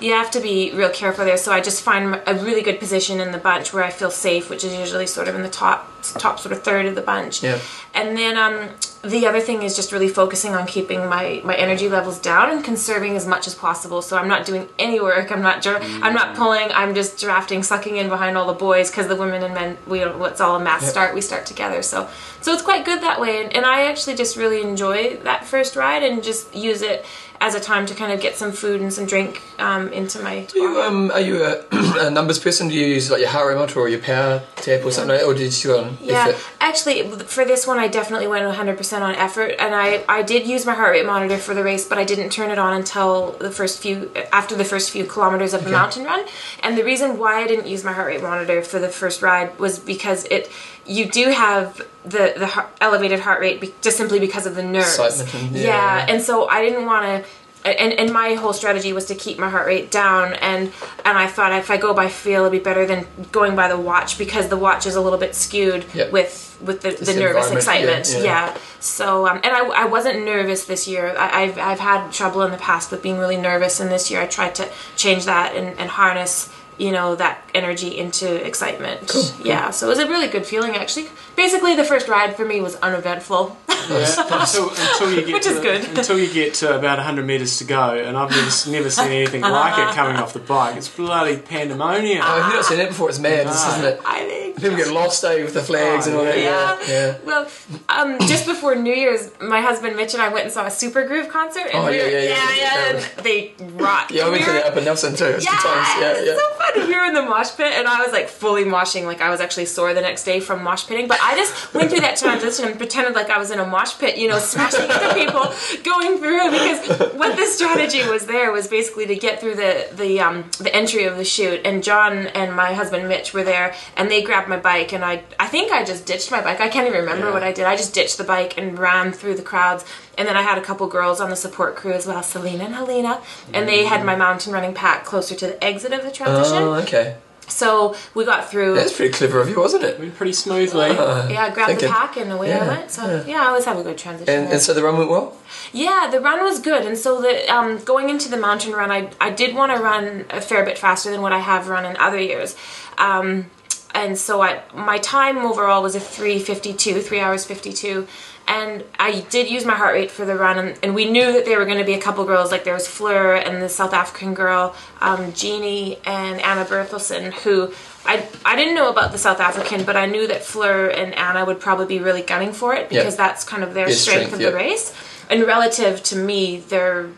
[SPEAKER 3] so you have to be real careful there. So I just find a really good position in the bunch where I feel safe, which is usually sort of in the top top sort of third of the bunch.
[SPEAKER 1] Yeah.
[SPEAKER 3] And then um, the other thing is just really focusing on keeping my, my energy levels down and conserving as much as possible. So I'm not doing any work. I'm not dra- I'm not pulling. I'm just drafting, sucking in behind all the boys because the women and men we don't. It's all a mass start. We start together. So so it's quite good that way. And, and I actually just really enjoy that first ride and just use it as a time to kind of get some food and some drink um, into my.
[SPEAKER 1] Are you, um, are you a, a numbers person? Do you use like your heart rate monitor or your power tap or something like that? Or did you go on
[SPEAKER 3] Yeah,
[SPEAKER 1] effort?
[SPEAKER 3] actually, for this one, I definitely went 100% on effort, and I, I did use my heart rate monitor for the race, but I didn't turn it on until the first few after the first few kilometers of the mountain run. And the reason why I didn't use my heart rate monitor for the first ride was because it you do have the the heart, elevated heart rate be, just simply because of the nerves.
[SPEAKER 1] Excitement and-
[SPEAKER 3] yeah.
[SPEAKER 1] yeah.
[SPEAKER 3] and so I didn't want to. And, and my whole strategy was to keep my heart rate down and and I thought if I go by feel it'd be better than going by the watch because the watch is a little bit skewed
[SPEAKER 1] Yeah.
[SPEAKER 3] with with the, the
[SPEAKER 1] the
[SPEAKER 3] nervous
[SPEAKER 1] environment,
[SPEAKER 3] excitement.
[SPEAKER 1] yeah,
[SPEAKER 3] Yeah.
[SPEAKER 1] yeah.
[SPEAKER 3] So um, and I, I wasn't nervous this year. I, I've I've had trouble in the past with being really nervous, and this year I tried to change that and, and harness you know that energy into excitement. Yeah. So it was a really good feeling actually. Basically, the first ride for me was uneventful.
[SPEAKER 2] until, until you get
[SPEAKER 3] Which
[SPEAKER 2] to
[SPEAKER 3] is
[SPEAKER 2] the-
[SPEAKER 3] good.
[SPEAKER 2] until you get to about 100 meters to go and I've never, never seen anything like it coming off the bike it's bloody pandemonium
[SPEAKER 1] Oh,
[SPEAKER 3] Ah.
[SPEAKER 1] if you've not seen that before, it's mad, isn't it?
[SPEAKER 3] I think.
[SPEAKER 1] People get lost, eh, with the flags and all that.
[SPEAKER 3] Yeah.
[SPEAKER 1] yeah.
[SPEAKER 3] Well, um, just before New Year's, my husband Mitch and I went and saw a Super Groove concert, and
[SPEAKER 1] Oh,
[SPEAKER 3] we
[SPEAKER 1] yeah,
[SPEAKER 3] were,
[SPEAKER 1] yeah, yeah, yeah.
[SPEAKER 3] and they rocked.
[SPEAKER 1] Yeah, I
[SPEAKER 3] We
[SPEAKER 1] went to
[SPEAKER 3] were-
[SPEAKER 1] that up in Nelson too.
[SPEAKER 3] Yeah,
[SPEAKER 1] Sometimes. Yeah, yeah.
[SPEAKER 3] it's so fun. We were in the mosh pit, and I was like fully moshing. Like I was actually sore the next day from mosh pitting, but I just went through that transition and pretended like I was in a mosh pit. You know, smashing into people, going through. Because what the strategy was there was basically to get through the the um, the entry of the shoot. And John and my husband Mitch were there, and they grabbed grabbed my bike and I I think I just ditched my bike. I can't even remember
[SPEAKER 1] Yeah.
[SPEAKER 3] what I did. I just ditched the bike and ran through the crowds. And then I had a couple girls on the support crew as well, Selena and Helena, and they had my mountain running pack closer to the exit of the transition.
[SPEAKER 1] Oh, okay.
[SPEAKER 3] so we got through.
[SPEAKER 1] That's pretty clever of you, wasn't it?
[SPEAKER 2] Went pretty smoothly.
[SPEAKER 1] Uh,
[SPEAKER 3] yeah, grabbed
[SPEAKER 1] thinking.
[SPEAKER 3] the pack and away
[SPEAKER 1] Yeah,
[SPEAKER 3] I went. So yeah. I always have a good transition.
[SPEAKER 1] And,
[SPEAKER 3] there.
[SPEAKER 1] and so the run went well?
[SPEAKER 3] Yeah, the run was good, and so the um, going into the mountain run, I I did want to run a fair bit faster than what I have run in other years, um, and so I my time overall was a three fifty two, three hours fifty two, and I did use my heart rate for the run, and, and we knew that there were going to be a couple girls like there was Fleur and the South African girl, um, Jeannie and Anna Berthelsen who. I, I didn't know about the South African, but I knew that Fleur and Anna would probably be really gunning for it because that's kind of their
[SPEAKER 1] Their
[SPEAKER 3] strength,
[SPEAKER 1] strength,
[SPEAKER 3] of
[SPEAKER 1] yeah.
[SPEAKER 3] the race. And relative to me, their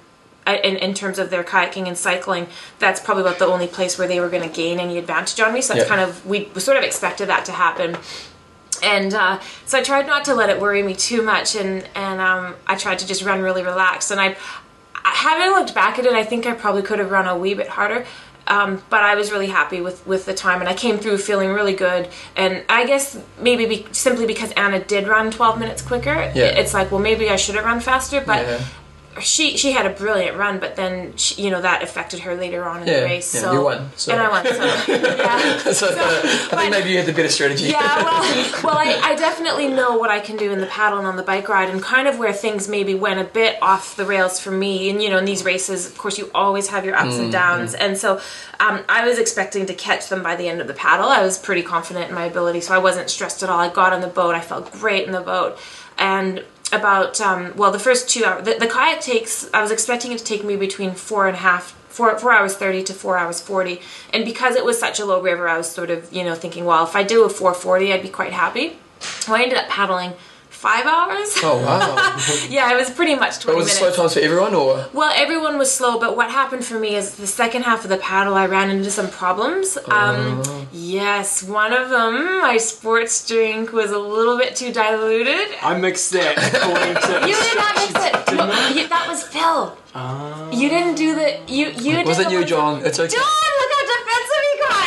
[SPEAKER 3] I- in, in terms of their kayaking and cycling, that's probably about the only place where they were going to gain any advantage on me. So that's
[SPEAKER 1] Yeah.
[SPEAKER 3] kind of we, we sort of expected that to happen. And uh, so I tried not to let it worry me too much, and and um, I tried to just run really relaxed. And I, I- having looked back at it, I think I probably could have run a wee bit harder. Um, but I was really happy with, with the time, and I came through feeling really good. And I guess maybe be, simply because Anna did run 12 minutes quicker,
[SPEAKER 1] Yeah.
[SPEAKER 3] it's like, well, maybe I should have run faster. But
[SPEAKER 1] Yeah.
[SPEAKER 3] she she had a brilliant run, but then she, you know that affected her later on in
[SPEAKER 1] Yeah,
[SPEAKER 3] the race.
[SPEAKER 1] yeah,
[SPEAKER 3] so
[SPEAKER 1] you won, so.
[SPEAKER 3] and I won. So yeah.
[SPEAKER 1] so, I think maybe you had the better strategy.
[SPEAKER 3] Yeah, well, well, I, I definitely know what I can do in the paddle and on the bike ride, and kind of where things maybe went a bit off the rails for me. And you know, in these races, of course, you always have your ups and downs, and so um, I was expecting to catch them by the end of the paddle. I was pretty confident in my ability, so I wasn't stressed at all. I got on the boat, I felt great in the boat, and about um, well, the first two hours, the, the kayak takes. I was expecting it to take me between four and a half four, four hours 30 to four hours 40 and because it was such a low river i was sort of you know thinking well if i do a 440 i'd be quite happy well, i ended up paddling five hours
[SPEAKER 1] Oh, wow.
[SPEAKER 3] yeah it was pretty much
[SPEAKER 1] But
[SPEAKER 3] 20
[SPEAKER 1] was it
[SPEAKER 3] minutes
[SPEAKER 1] slow times for everyone, or?
[SPEAKER 3] well, everyone was slow, but what happened for me is the second half of the paddle, I ran into some problems.
[SPEAKER 1] Oh,
[SPEAKER 3] Um, Yes, one of them, my sports drink was a little bit too diluted.
[SPEAKER 2] I mixed that according to.
[SPEAKER 3] You did not mix it. No, you- that was Phil. You didn't do the. You you. did
[SPEAKER 1] Was it
[SPEAKER 3] the
[SPEAKER 1] you,
[SPEAKER 3] one-
[SPEAKER 1] John? It's okay.
[SPEAKER 3] John, look how defensive he got.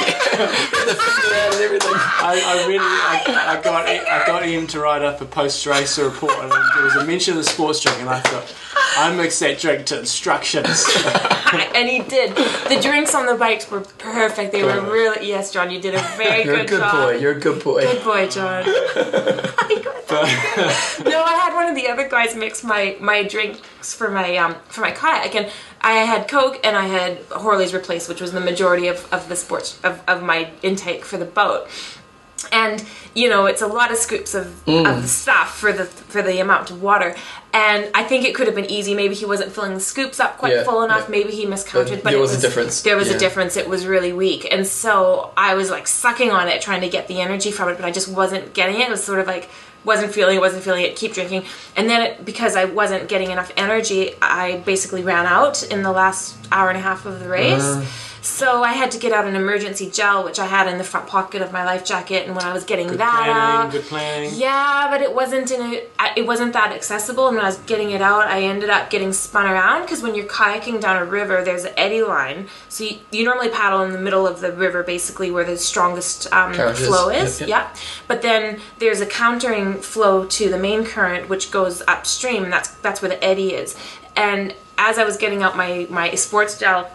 [SPEAKER 1] the finger out and everything.
[SPEAKER 2] I, I really, I, I got, I got him to write up a post-race report, and there was a mention of the sports drink, and I thought, I mixed that drink to instructions.
[SPEAKER 3] and he did. The drinks on the bikes were perfect. They were
[SPEAKER 2] Good.
[SPEAKER 3] really. Yes, John, you did a very
[SPEAKER 1] You're a
[SPEAKER 3] good,
[SPEAKER 1] good
[SPEAKER 3] job.
[SPEAKER 1] boy. You're a good boy.
[SPEAKER 3] Good boy, John. I got no, I had one of the other guys mix my my drinks for my um for my kayak, and I had Coke and I had Horley's replaced, which was the majority of of the sports of of my intake for the boat. And you know, it's a lot of scoops of,
[SPEAKER 1] Mm.
[SPEAKER 3] of stuff for the for the amount of water. And I think it could have been easy. Maybe he wasn't filling the scoops up quite
[SPEAKER 1] Yeah,
[SPEAKER 3] full enough.
[SPEAKER 1] yeah.
[SPEAKER 3] Maybe he miscounted.
[SPEAKER 1] But
[SPEAKER 3] But,
[SPEAKER 1] there
[SPEAKER 3] it
[SPEAKER 1] was a difference.
[SPEAKER 3] There was
[SPEAKER 1] Yeah.
[SPEAKER 3] a difference. It was really weak, and so I was like sucking on it, trying to get the energy from it, but I just wasn't getting it. It was sort of like wasn't feeling it, wasn't feeling it. Keep drinking, and then it, because I wasn't getting enough energy, I basically ran out in the last hour and a half of the race.
[SPEAKER 1] Uh-huh.
[SPEAKER 3] so I had to get out an emergency gel, which I had in the front pocket of my life jacket, and when I was getting
[SPEAKER 2] Good
[SPEAKER 3] that
[SPEAKER 2] planning,
[SPEAKER 3] out,
[SPEAKER 2] good planning.
[SPEAKER 3] yeah, but it wasn't in a, I- it wasn't that accessible. And when I was getting it out, I ended up getting spun around because when you're kayaking down a river, there's an eddy line. So you, you normally paddle in the middle of the river, basically where the strongest um,
[SPEAKER 1] Current is.
[SPEAKER 3] flow is.
[SPEAKER 1] Yep, yep.
[SPEAKER 3] Yeah. But then there's a countering flow to the main current, which goes upstream, and that's that's where the eddy is. And as I was getting out my my sports gel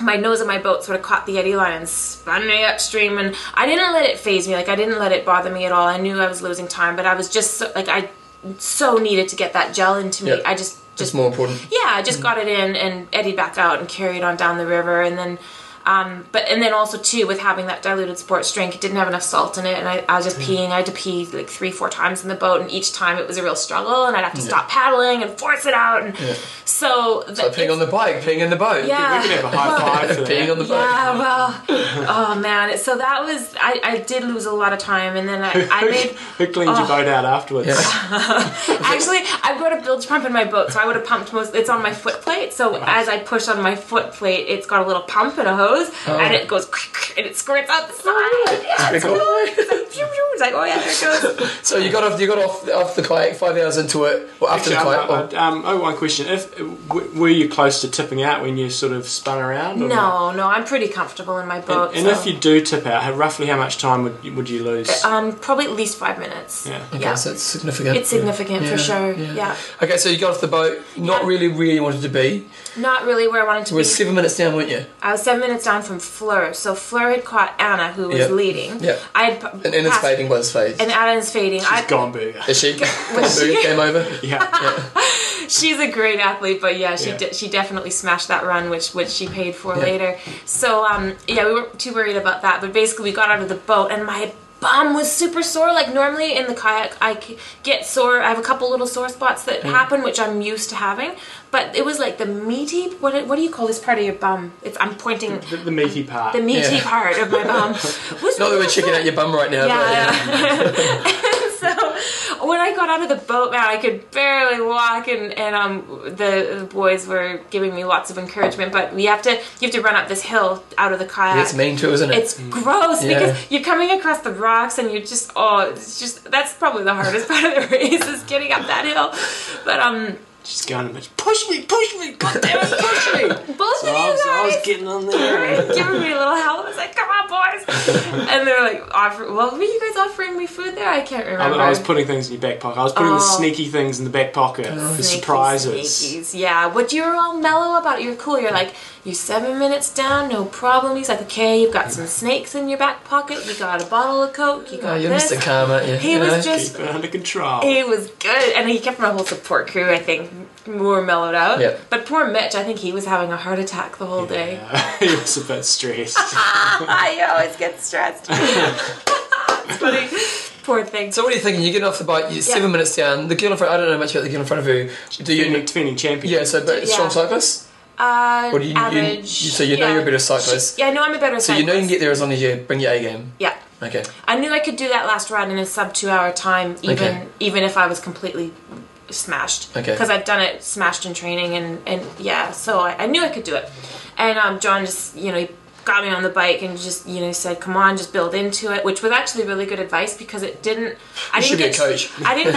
[SPEAKER 3] my nose of my boat sort of caught the eddy line and spun me upstream and i didn't let it phase me like i didn't let it bother me at all i knew i was losing time but i was just so, like i so needed to get that gel into me
[SPEAKER 1] Yeah.
[SPEAKER 3] i just just
[SPEAKER 1] It's more important.
[SPEAKER 3] yeah, I just got it in and eddied back out and carried on down the river, and then, um, but and then also too with having that diluted sports drink, it didn't have enough salt in it, and I, I was just peeing. I had to pee like three, four times in the boat, and each time it was a real struggle, and I'd have to stop paddling and force it out, and so, the,
[SPEAKER 1] Like peeing on the bike, peeing in the boat.
[SPEAKER 3] yeah,
[SPEAKER 2] We can have a high five for
[SPEAKER 1] Peeing on
[SPEAKER 2] that.
[SPEAKER 1] the boat.
[SPEAKER 3] yeah, well, oh man. So that was I, I did lose a lot of time, and then I, oh. I made
[SPEAKER 2] Who cleaned your boat out afterwards?
[SPEAKER 3] actually I've got a bilge pump in my boat, so I would have pumped most. It's on my foot plate, so as I push on my foot plate, it's
[SPEAKER 2] Oh.
[SPEAKER 3] got a little pump and a hose, and it goes and it squirts out the side. Yeah,
[SPEAKER 1] Pretty cool.
[SPEAKER 3] pew, pew. It's like, oh yeah, there it goes.
[SPEAKER 1] So you got off, you got off, off the kayak five hours into it, well, after
[SPEAKER 2] Actually,
[SPEAKER 1] the kayak.
[SPEAKER 2] um,
[SPEAKER 1] well,
[SPEAKER 2] um, oh, one question. If w- Were you close to tipping out when you sort of spun around? or not?
[SPEAKER 3] No, no, I'm pretty comfortable in my boat.
[SPEAKER 2] And, and
[SPEAKER 3] so-
[SPEAKER 2] if you do tip out, how, roughly how much time would you, would you lose?
[SPEAKER 3] um, probably at least five minutes.
[SPEAKER 2] Yeah.
[SPEAKER 1] okay,
[SPEAKER 3] yeah.
[SPEAKER 1] so it's significant.
[SPEAKER 3] It's significant
[SPEAKER 1] Yeah,
[SPEAKER 3] for sure.
[SPEAKER 1] yeah.
[SPEAKER 3] Yeah.
[SPEAKER 1] Okay, so you got off the boat, not
[SPEAKER 3] Yeah.
[SPEAKER 1] really where you wanted to be.
[SPEAKER 3] not really where I wanted to
[SPEAKER 1] You were
[SPEAKER 3] be.
[SPEAKER 1] seven minutes down, weren't you?
[SPEAKER 3] I was seven minutes down from Fleur, so Fleur had caught Anna, who was
[SPEAKER 1] Yeah.
[SPEAKER 3] leading.
[SPEAKER 1] Yeah.
[SPEAKER 3] I had p-
[SPEAKER 1] And Anna's
[SPEAKER 3] passed-
[SPEAKER 1] fading by his face.
[SPEAKER 3] And Anna's fading.
[SPEAKER 2] She's
[SPEAKER 3] I,
[SPEAKER 2] gone burger.
[SPEAKER 1] Is she?
[SPEAKER 3] Was she?
[SPEAKER 1] Came over.
[SPEAKER 2] Yeah.
[SPEAKER 3] she's a great athlete, but yeah, she
[SPEAKER 2] Yeah.
[SPEAKER 3] De- she definitely smashed that run, which which she paid for
[SPEAKER 1] Yeah.
[SPEAKER 3] later. So um, yeah, we weren't too worried about that. But basically, we got out of the boat, and my bum was super sore. Like normally in the kayak, I c- get sore. I have a couple little sore spots that
[SPEAKER 1] Mm.
[SPEAKER 3] happen, which I'm used to having. But it was like the meaty. What do- what do you call this part of your bum? It's I'm pointing.
[SPEAKER 2] The, the meaty part.
[SPEAKER 3] The meaty
[SPEAKER 1] Yeah.
[SPEAKER 3] part of my bum. was
[SPEAKER 1] Not that we're checking out your bum right now. but,
[SPEAKER 3] yeah. so when I got out of the boat, man, I could barely walk, and and um the, the boys were giving me lots of encouragement. But we have to you have to run up this hill out of the kayak.
[SPEAKER 1] It's mean too, isn't it?
[SPEAKER 3] It's gross
[SPEAKER 1] Yeah.
[SPEAKER 3] because you're coming across the rocks and you're just oh it's just that's probably the hardest part of the race is getting up that hill. But um
[SPEAKER 2] She's going, push me, push me, god damn it, push me.
[SPEAKER 3] both
[SPEAKER 2] So
[SPEAKER 3] of
[SPEAKER 2] I
[SPEAKER 3] you
[SPEAKER 2] was, I was
[SPEAKER 3] guys
[SPEAKER 2] getting on there.
[SPEAKER 3] were giving me a little help. I was like, come on boys and they're like offer well were you guys offering me food there? I can't
[SPEAKER 2] I,
[SPEAKER 3] remember.
[SPEAKER 2] I was putting things in your back pocket. I was putting the
[SPEAKER 3] Oh.
[SPEAKER 2] sneaky things in the back pocket for
[SPEAKER 3] Sneaky,
[SPEAKER 2] surprises.
[SPEAKER 3] sneakies, Yeah, but you were all mellow about it. You're cool. You're like, you're seven minutes down, no problem. He's like, okay, you've got some snakes in your back pocket. You got a bottle of coke. You
[SPEAKER 1] Oh,
[SPEAKER 3] got
[SPEAKER 1] you're
[SPEAKER 3] this.
[SPEAKER 1] Mr. Calm, aren't you?
[SPEAKER 3] He
[SPEAKER 1] You
[SPEAKER 3] was
[SPEAKER 1] know?
[SPEAKER 3] just-
[SPEAKER 2] Keep it under control.
[SPEAKER 3] He was good, and he kept my whole support crew. I think more mellowed out.
[SPEAKER 1] Yeah.
[SPEAKER 3] But poor Mitch, I think he was having a heart attack the whole day.
[SPEAKER 2] Yeah, he was a bit stressed.
[SPEAKER 3] I always get stressed. it's funny. Poor thing.
[SPEAKER 1] So what are you thinking? You're getting off the bike. You're seven minutes down. The girl in front. I don't know much about the girl in front of you. Do you?
[SPEAKER 2] Defending- defending champion.
[SPEAKER 1] Yeah. So, but
[SPEAKER 3] Yeah.
[SPEAKER 1] strong cyclist.
[SPEAKER 3] uh,
[SPEAKER 1] Or do you, you,
[SPEAKER 3] average.
[SPEAKER 1] you- So you know
[SPEAKER 3] yeah.
[SPEAKER 1] you're a better cyclist.
[SPEAKER 3] Yeah, I know I'm a better
[SPEAKER 1] So
[SPEAKER 3] cyclist.
[SPEAKER 1] you know you can get there as long as you bring your A game.
[SPEAKER 3] Yeah.
[SPEAKER 1] Okay.
[SPEAKER 3] I knew I could do that last run in a sub two hour time, even
[SPEAKER 1] Okay.
[SPEAKER 3] even if I was completely smashed.
[SPEAKER 1] Okay.
[SPEAKER 3] Because I've done it smashed in training and and yeah, so I, I knew I could do it. And um, John just you know he got me on the bike and just you know said come on just build into it, which was actually really good advice because it didn't. I
[SPEAKER 1] You should
[SPEAKER 3] didn't
[SPEAKER 1] be a
[SPEAKER 3] get
[SPEAKER 1] coach.
[SPEAKER 3] I didn't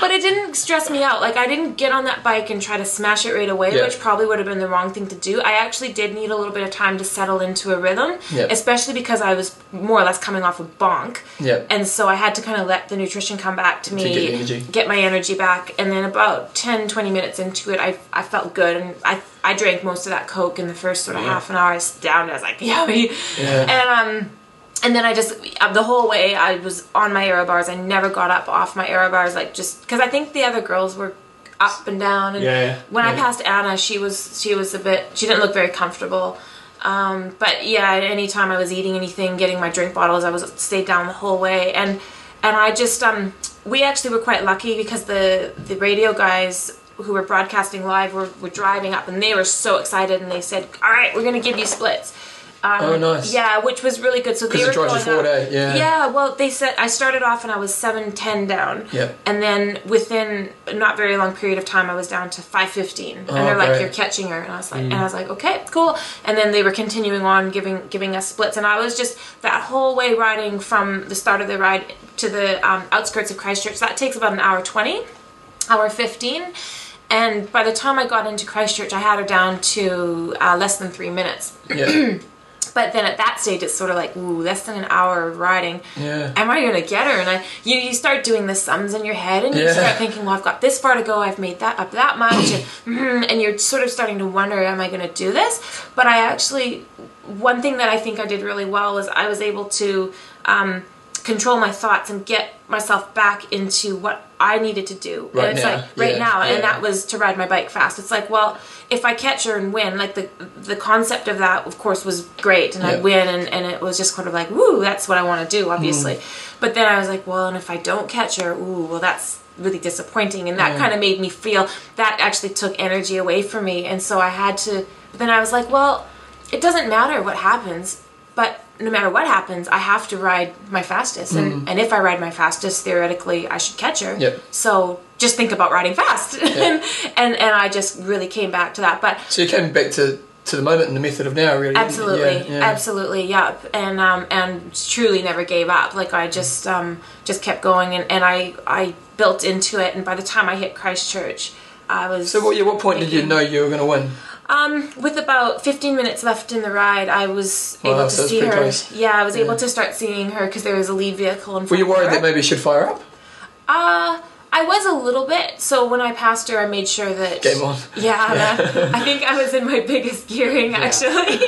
[SPEAKER 3] but it didn't stress me out. Like I didn't get on that bike and try to smash it right away,
[SPEAKER 1] Yeah.
[SPEAKER 3] which probably would have been the wrong thing to do. I actually did need a little bit of time to settle into a rhythm,
[SPEAKER 1] Yeah.
[SPEAKER 3] especially because I was more or less coming off a bonk,
[SPEAKER 1] Yeah.
[SPEAKER 3] and so I had to kind of let the nutrition come back to me,
[SPEAKER 1] get the energy.
[SPEAKER 3] get my energy back, and then about 10, 20 minutes into it, I, I felt good, and I I drank most of that coke in the first sort of half an hour. I was down, I was like, yummy,
[SPEAKER 1] yeah.
[SPEAKER 3] and um, and then I just uh, the whole way I was on my aero bars. I never got up off my aero bars, like just because I think the other girls were up and down. And
[SPEAKER 2] Yeah, yeah.
[SPEAKER 3] when I
[SPEAKER 2] Yeah.
[SPEAKER 3] passed Anna, she was she was a bit she didn't look very comfortable. Um, but yeah, at any time I was eating anything, getting my drink bottles, I was stayed down the whole way, and and I just um, we actually were quite lucky because the the radio guys who were broadcasting live were, were driving up, and they were so excited, and they said, "All right, we're gonna give you splits." Um,
[SPEAKER 1] Oh, nice.
[SPEAKER 3] Yeah, which was really good. So they
[SPEAKER 1] 'Cause it
[SPEAKER 3] were
[SPEAKER 1] drives you
[SPEAKER 3] going
[SPEAKER 1] forward,
[SPEAKER 3] up-
[SPEAKER 1] eh? Yeah.
[SPEAKER 3] Yeah. Well, they said I started off and I was seven ten down.
[SPEAKER 1] Yeah.
[SPEAKER 3] And then within a not very long period of time, I was down to five fifteen, and
[SPEAKER 1] Oh, Mm.
[SPEAKER 3] they're like,
[SPEAKER 1] great.
[SPEAKER 3] "You're catching her," and I was like, "And I was like, okay, cool." And then they were continuing on giving giving us splits, and I was just that whole way riding from the start of the ride to the um, outskirts of Christchurch. That takes about an hour twenty hour 15 and by the time i got into christchurch i had her down to uh, less than three minutes
[SPEAKER 1] Yeah.
[SPEAKER 3] but then at that stage it's sort of like ooh less than an hour of riding
[SPEAKER 1] Yeah.
[SPEAKER 3] am i going to get her and i you, you start doing the sums in your head and you
[SPEAKER 1] Yeah.
[SPEAKER 3] start thinking well i've got this far to go i've made that up that much and, mm, and you're sort of starting to wonder am i going to do this but i actually one thing that i think i did really well was i was able to um, control my thoughts and get myself back into what i needed to do
[SPEAKER 1] Right
[SPEAKER 3] and it's
[SPEAKER 1] now,
[SPEAKER 3] like right
[SPEAKER 1] yeah,
[SPEAKER 3] now
[SPEAKER 1] yeah.
[SPEAKER 3] and that was to ride my bike fast it's like well if i catch her and win like the the concept of that of course was great and
[SPEAKER 1] Yeah.
[SPEAKER 3] i win and, and it was just kind of like woo that's what i want to do obviously but then i was like well and if i don't catch her ooh well that's really disappointing and that kind of made me feel that actually took energy away from me and so i had to but then i was like well it doesn't matter what happens but no matter what happens i have to ride my fastest and, and if i ride my fastest theoretically i should catch her
[SPEAKER 1] Yep.
[SPEAKER 3] so just think about riding fast and, and and i just really came back to that but
[SPEAKER 1] So you came back to to the moment and the method of now, really.
[SPEAKER 3] Absolutely,
[SPEAKER 1] Yeah, yeah.
[SPEAKER 3] absolutely, yep. And um, and truly never gave up. Like I just um, just kept going, and, and I I built into it. And by the time I hit Christchurch, I was
[SPEAKER 1] So, what, yeah, what point did you
[SPEAKER 3] Thinking.
[SPEAKER 1] know you were going to win?
[SPEAKER 3] um with about 15 minutes left in the ride. I was
[SPEAKER 1] Wow,
[SPEAKER 3] able to
[SPEAKER 1] so that's
[SPEAKER 3] see her.
[SPEAKER 1] pretty close.
[SPEAKER 3] Yeah, I was
[SPEAKER 1] Yeah.
[SPEAKER 3] able to start seeing her because there was a lead vehicle in front.
[SPEAKER 1] Were you
[SPEAKER 3] of her.
[SPEAKER 1] worried that maybe you should fire up?
[SPEAKER 3] Uh, I was a little bit. So when I passed her, I made sure that
[SPEAKER 1] Game on.
[SPEAKER 3] Yeah, that- I think I was in my biggest gearing actually.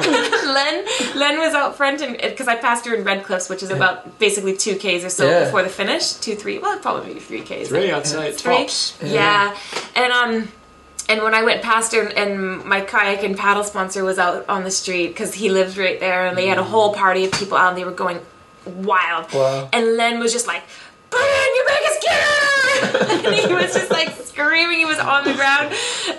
[SPEAKER 3] Len Len was out front, and because I passed her in Redcliffs, which is about basically two k's or so
[SPEAKER 1] Yeah.
[SPEAKER 3] before the finish, two three. Well, it'd probably be three k's.
[SPEAKER 2] Three, I'd say
[SPEAKER 3] Three.
[SPEAKER 2] tops.
[SPEAKER 1] Yeah.
[SPEAKER 3] Yeah. and um. And when I went past her, and my kayak and paddle sponsor was out on the street because he lived right there, and they had a whole party of people out, and they were going wild.
[SPEAKER 1] Mm. Wow.
[SPEAKER 3] And Len was just like, Brian, your bag is killer! and he was just like screaming, he was on the ground.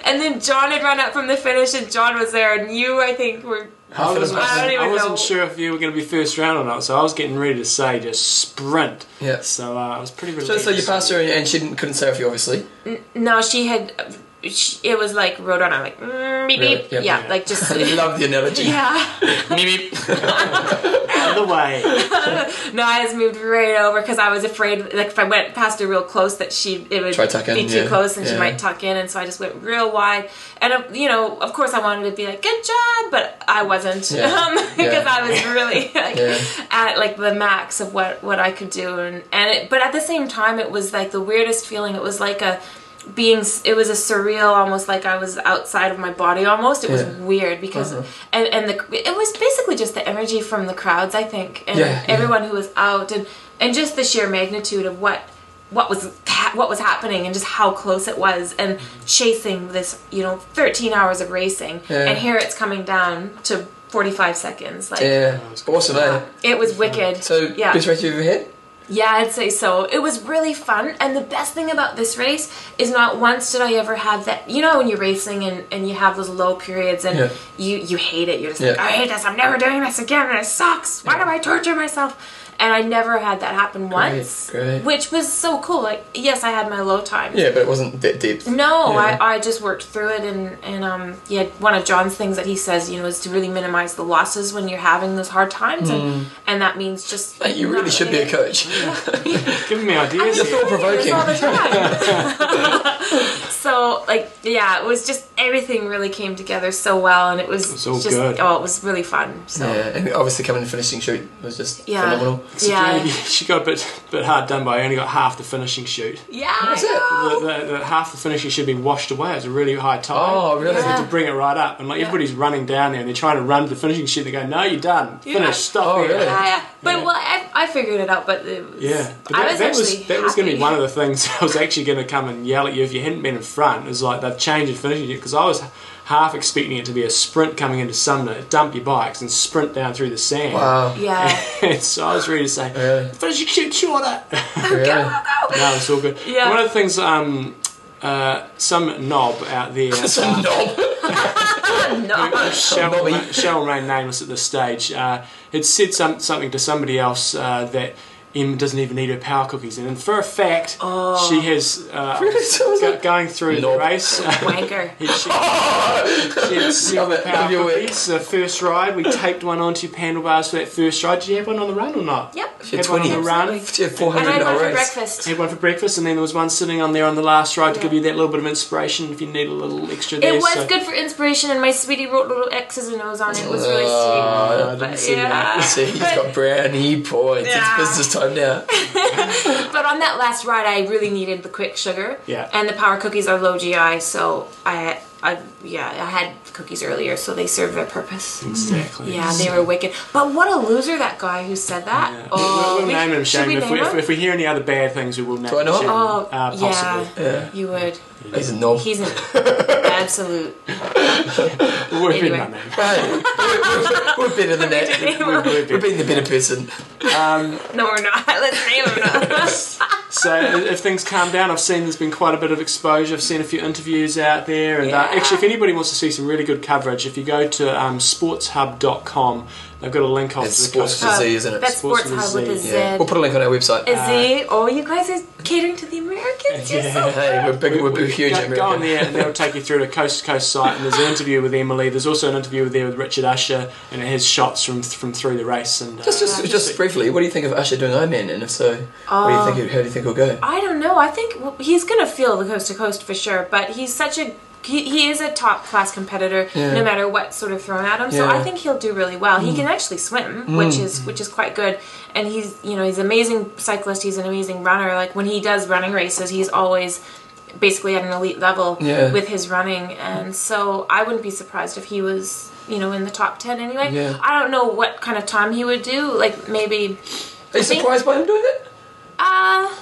[SPEAKER 3] And then John had run up from the finish, and John was there, and you, I think, were.
[SPEAKER 2] I, was,
[SPEAKER 3] I don't even
[SPEAKER 2] I wasn't
[SPEAKER 3] know.
[SPEAKER 2] sure if you were going to be first round or not, so I was getting ready to say just sprint.
[SPEAKER 1] Yeah.
[SPEAKER 2] So uh, I was pretty relieved.
[SPEAKER 1] So, so you passed her and she didn't, couldn't surf you, obviously.
[SPEAKER 3] No, she had. She, it was like rode on. I'm like, mm, beep,
[SPEAKER 1] Really?
[SPEAKER 3] beep.
[SPEAKER 1] Yeah.
[SPEAKER 3] yeah, like just.
[SPEAKER 1] I love the analogy.
[SPEAKER 3] yeah.
[SPEAKER 1] Meep, meep.
[SPEAKER 2] Other way.
[SPEAKER 3] No, I just moved right over because I was afraid, like if I went past her real close, that she it would
[SPEAKER 1] Try tuck in,
[SPEAKER 3] be too
[SPEAKER 1] yeah,
[SPEAKER 3] close and
[SPEAKER 1] yeah.
[SPEAKER 3] she might tuck in, and so I just went real wide. And uh, you know, of course, I wanted to be like good job, but I wasn't um,
[SPEAKER 1] Yeah, yeah.
[SPEAKER 3] because I was really like,
[SPEAKER 1] Yeah.
[SPEAKER 3] at like the max of what what I could do, and and it, but at the same time, it was like the weirdest feeling. It was like a being s- it was a surreal almost like i was outside of my body almost it was
[SPEAKER 1] Yeah.
[SPEAKER 3] weird because
[SPEAKER 1] Uh-huh.
[SPEAKER 3] and and the it was basically just the energy from the crowds i think and
[SPEAKER 1] Yeah, yeah.
[SPEAKER 3] everyone who was out and and just the sheer magnitude of what what was ha- what was happening and just how close it was and chasing this you know 13 hours of racing
[SPEAKER 1] Yeah.
[SPEAKER 3] and here it's coming down to 45 seconds like
[SPEAKER 1] Yeah. Awesome, eh?
[SPEAKER 3] it was wicked
[SPEAKER 1] So,
[SPEAKER 3] yeah
[SPEAKER 1] best race you've ever had?
[SPEAKER 3] yeah, I'd say so. It was really fun, and the best thing about this race is not once did I ever have that. You know, when you're racing and, and you have those low periods and
[SPEAKER 1] Yeah.
[SPEAKER 3] you you hate it. You're just like,
[SPEAKER 1] Yeah.
[SPEAKER 3] I hate this. I'm never doing this again. This sucks. Why do I torture myself? And I never had that happen once,
[SPEAKER 1] great.
[SPEAKER 3] which was so cool. Like, yes, I had my low times.
[SPEAKER 1] Yeah, but it wasn't that deep.
[SPEAKER 3] No,
[SPEAKER 1] Yeah.
[SPEAKER 3] I, I just worked through it, and and um yeah, one of John's things that he says, you know, is to really minimize the losses when you're having those hard times, and and that means just
[SPEAKER 1] Mate, Mm. you really
[SPEAKER 3] not
[SPEAKER 1] should be
[SPEAKER 3] letting
[SPEAKER 1] a
[SPEAKER 3] it-
[SPEAKER 1] coach.
[SPEAKER 2] Giving me ideas.
[SPEAKER 1] It's thought-provoking.
[SPEAKER 3] all the time. so like yeah, it was just everything really came together so well, and it was
[SPEAKER 2] was all
[SPEAKER 3] just
[SPEAKER 2] good.
[SPEAKER 3] oh, it was really fun. So
[SPEAKER 1] Yeah, and obviously coming and finishing shoot was just
[SPEAKER 3] Yeah.
[SPEAKER 1] phenomenal.
[SPEAKER 3] yeah, yeah.
[SPEAKER 2] She got a bit, bit hard done by. I only got half the finishing shoot.
[SPEAKER 1] That's it.
[SPEAKER 3] I
[SPEAKER 2] The,
[SPEAKER 3] know.
[SPEAKER 2] the, the, half the finishing should be washed away. It's a really high tide.
[SPEAKER 1] Oh, really?
[SPEAKER 2] So
[SPEAKER 3] Yeah.
[SPEAKER 2] to bring it right up, and like everybody's running down there, and they're trying to run to the finishing shoot. They go, "No, you're done.
[SPEAKER 3] You're
[SPEAKER 2] Finish.
[SPEAKER 3] done."
[SPEAKER 2] Stop
[SPEAKER 1] Oh,
[SPEAKER 2] there."
[SPEAKER 1] really?
[SPEAKER 3] Yeah, yeah. But
[SPEAKER 2] Yeah.
[SPEAKER 3] well, I, I figured it out. But it was,
[SPEAKER 2] Yeah, but
[SPEAKER 3] I
[SPEAKER 2] that,
[SPEAKER 3] was
[SPEAKER 2] that was
[SPEAKER 3] actually
[SPEAKER 2] that was going to be
[SPEAKER 3] happy.
[SPEAKER 2] one of the things I was actually going to come and yell at you if you hadn't been in front. It was like they've changed the finishing because I was half expecting it to be a sprint coming into Sumner, dump your bikes and sprint down through the sand.
[SPEAKER 1] Wow. Oh,
[SPEAKER 3] Yeah.
[SPEAKER 2] And so I was ready to say,
[SPEAKER 1] Really?
[SPEAKER 2] finish your shoot shorter.
[SPEAKER 1] Really?
[SPEAKER 2] no, it's all good.
[SPEAKER 3] Yeah.
[SPEAKER 2] One of the things, um, uh, some knob out there. uh,
[SPEAKER 1] Some knob.
[SPEAKER 3] no.
[SPEAKER 2] shall,
[SPEAKER 1] Bobby.
[SPEAKER 2] remain- shall remain nameless at this stage, uh, had said some, something to somebody else uh, that Em doesn't even eat her power cookies, and for a fact,
[SPEAKER 3] Oh.
[SPEAKER 2] she has uh,
[SPEAKER 1] So is
[SPEAKER 2] go-
[SPEAKER 1] it-
[SPEAKER 2] going through the
[SPEAKER 1] Nope.
[SPEAKER 2] race. Uh,
[SPEAKER 3] Wanker.
[SPEAKER 2] She, she had
[SPEAKER 1] Love
[SPEAKER 2] seven
[SPEAKER 1] it.
[SPEAKER 2] power
[SPEAKER 1] Love your work.
[SPEAKER 2] cookies. The first ride, we taped one onto your handlebars for that first ride. Did you have one on the run or not?
[SPEAKER 3] Yep.
[SPEAKER 1] Yeah,
[SPEAKER 2] Had one on
[SPEAKER 1] 20.
[SPEAKER 2] the run.
[SPEAKER 1] Yeah,
[SPEAKER 3] And
[SPEAKER 1] 400
[SPEAKER 3] I had one
[SPEAKER 1] no
[SPEAKER 3] for
[SPEAKER 1] race.
[SPEAKER 3] breakfast.
[SPEAKER 2] Had one for breakfast, and then there was one sitting on there on the last ride to
[SPEAKER 3] Yeah.
[SPEAKER 2] give you that little bit of inspiration if you need a little extra there.
[SPEAKER 3] It was
[SPEAKER 2] so-
[SPEAKER 3] good for inspiration, and my sweetie wrote little X's and O's on it. It was really sweet.
[SPEAKER 1] Oh,
[SPEAKER 2] I didn't
[SPEAKER 3] But,
[SPEAKER 2] see that.
[SPEAKER 3] yeah.
[SPEAKER 1] See, he's got brownie points.
[SPEAKER 3] Yeah.
[SPEAKER 1] It's business time now.
[SPEAKER 3] But on that last ride, I really needed the quick sugar.
[SPEAKER 2] Yeah.
[SPEAKER 3] And the power cookies are low GI, so I, I, yeah, I had cookies earlier, so they served their purpose.
[SPEAKER 2] Exactly.
[SPEAKER 3] Yeah, they were wicked. But what a loser that guy who said that.
[SPEAKER 2] Yeah.
[SPEAKER 3] Oh,
[SPEAKER 2] we'll, we'll
[SPEAKER 3] we-
[SPEAKER 2] name him,
[SPEAKER 3] should
[SPEAKER 2] Shane.
[SPEAKER 3] we
[SPEAKER 2] If, we,
[SPEAKER 3] name
[SPEAKER 2] if,
[SPEAKER 3] him?
[SPEAKER 2] if we hear any other bad things, we will name
[SPEAKER 1] Do I know
[SPEAKER 2] Shane.
[SPEAKER 1] him?
[SPEAKER 3] Oh,
[SPEAKER 2] uh, possibly.
[SPEAKER 3] yeah. You would.
[SPEAKER 1] He's a knob.
[SPEAKER 3] He's an absolute.
[SPEAKER 2] We've been
[SPEAKER 3] Anyway.
[SPEAKER 2] done that.
[SPEAKER 1] Hey, we're, we're- we're better than that.
[SPEAKER 3] no,
[SPEAKER 2] We've
[SPEAKER 1] We've
[SPEAKER 2] been-
[SPEAKER 1] been the better person.
[SPEAKER 3] we're not. Let's name him. not.
[SPEAKER 2] So i- if things calm down, I've seen there's been quite a bit of exposure. I've seen a few interviews out there, and uh,
[SPEAKER 3] Yeah.
[SPEAKER 2] actually, if anybody wants to see some really good coverage, if you go to um, sportshub.com. They've got a link off
[SPEAKER 1] It's
[SPEAKER 2] to the
[SPEAKER 1] sports
[SPEAKER 2] coast. Uh,
[SPEAKER 3] Hub.
[SPEAKER 1] disease, isn't it?
[SPEAKER 3] Oh, That's
[SPEAKER 2] Sports
[SPEAKER 3] sports, hub
[SPEAKER 2] with
[SPEAKER 3] with
[SPEAKER 2] a
[SPEAKER 3] a
[SPEAKER 2] Z.
[SPEAKER 3] Z.
[SPEAKER 1] Yeah, we'll put a link on our website.
[SPEAKER 3] A Z. Oh, you guys are catering to the Americans. You're so
[SPEAKER 1] hey, we're big, we're big, huge
[SPEAKER 2] go,
[SPEAKER 1] American.
[SPEAKER 2] go on there and they'll take you through the coast to coast site and there's an interview with Emily there's also an interview with there with Richard Usher and it has shots from from through the race and uh,
[SPEAKER 1] Just, just, just briefly, what do you think of Usher doing Ironman? And if so, what do you think? it- How do you think it'll go?
[SPEAKER 3] Uh, I don't know. I think he's going to feel the coast to coast for sure, but he's such a he, he is a top class competitor
[SPEAKER 1] Yeah.
[SPEAKER 3] no matter what's sort of thrown at him. So
[SPEAKER 1] Yeah. Mm.
[SPEAKER 3] I think he'll do really well. He can actually swim, which is which is quite good. And he's you know he's an amazing cyclist. He's an amazing runner. Like when he does running races, he's always basically at an elite level
[SPEAKER 1] Yeah.
[SPEAKER 3] with his running. And so I wouldn't be surprised if he was you know in the top ten anyway.
[SPEAKER 1] Yeah.
[SPEAKER 3] I don't know what kind of time he would do. Like maybe
[SPEAKER 1] Are you
[SPEAKER 3] think-
[SPEAKER 1] surprised by him doing that?
[SPEAKER 3] uh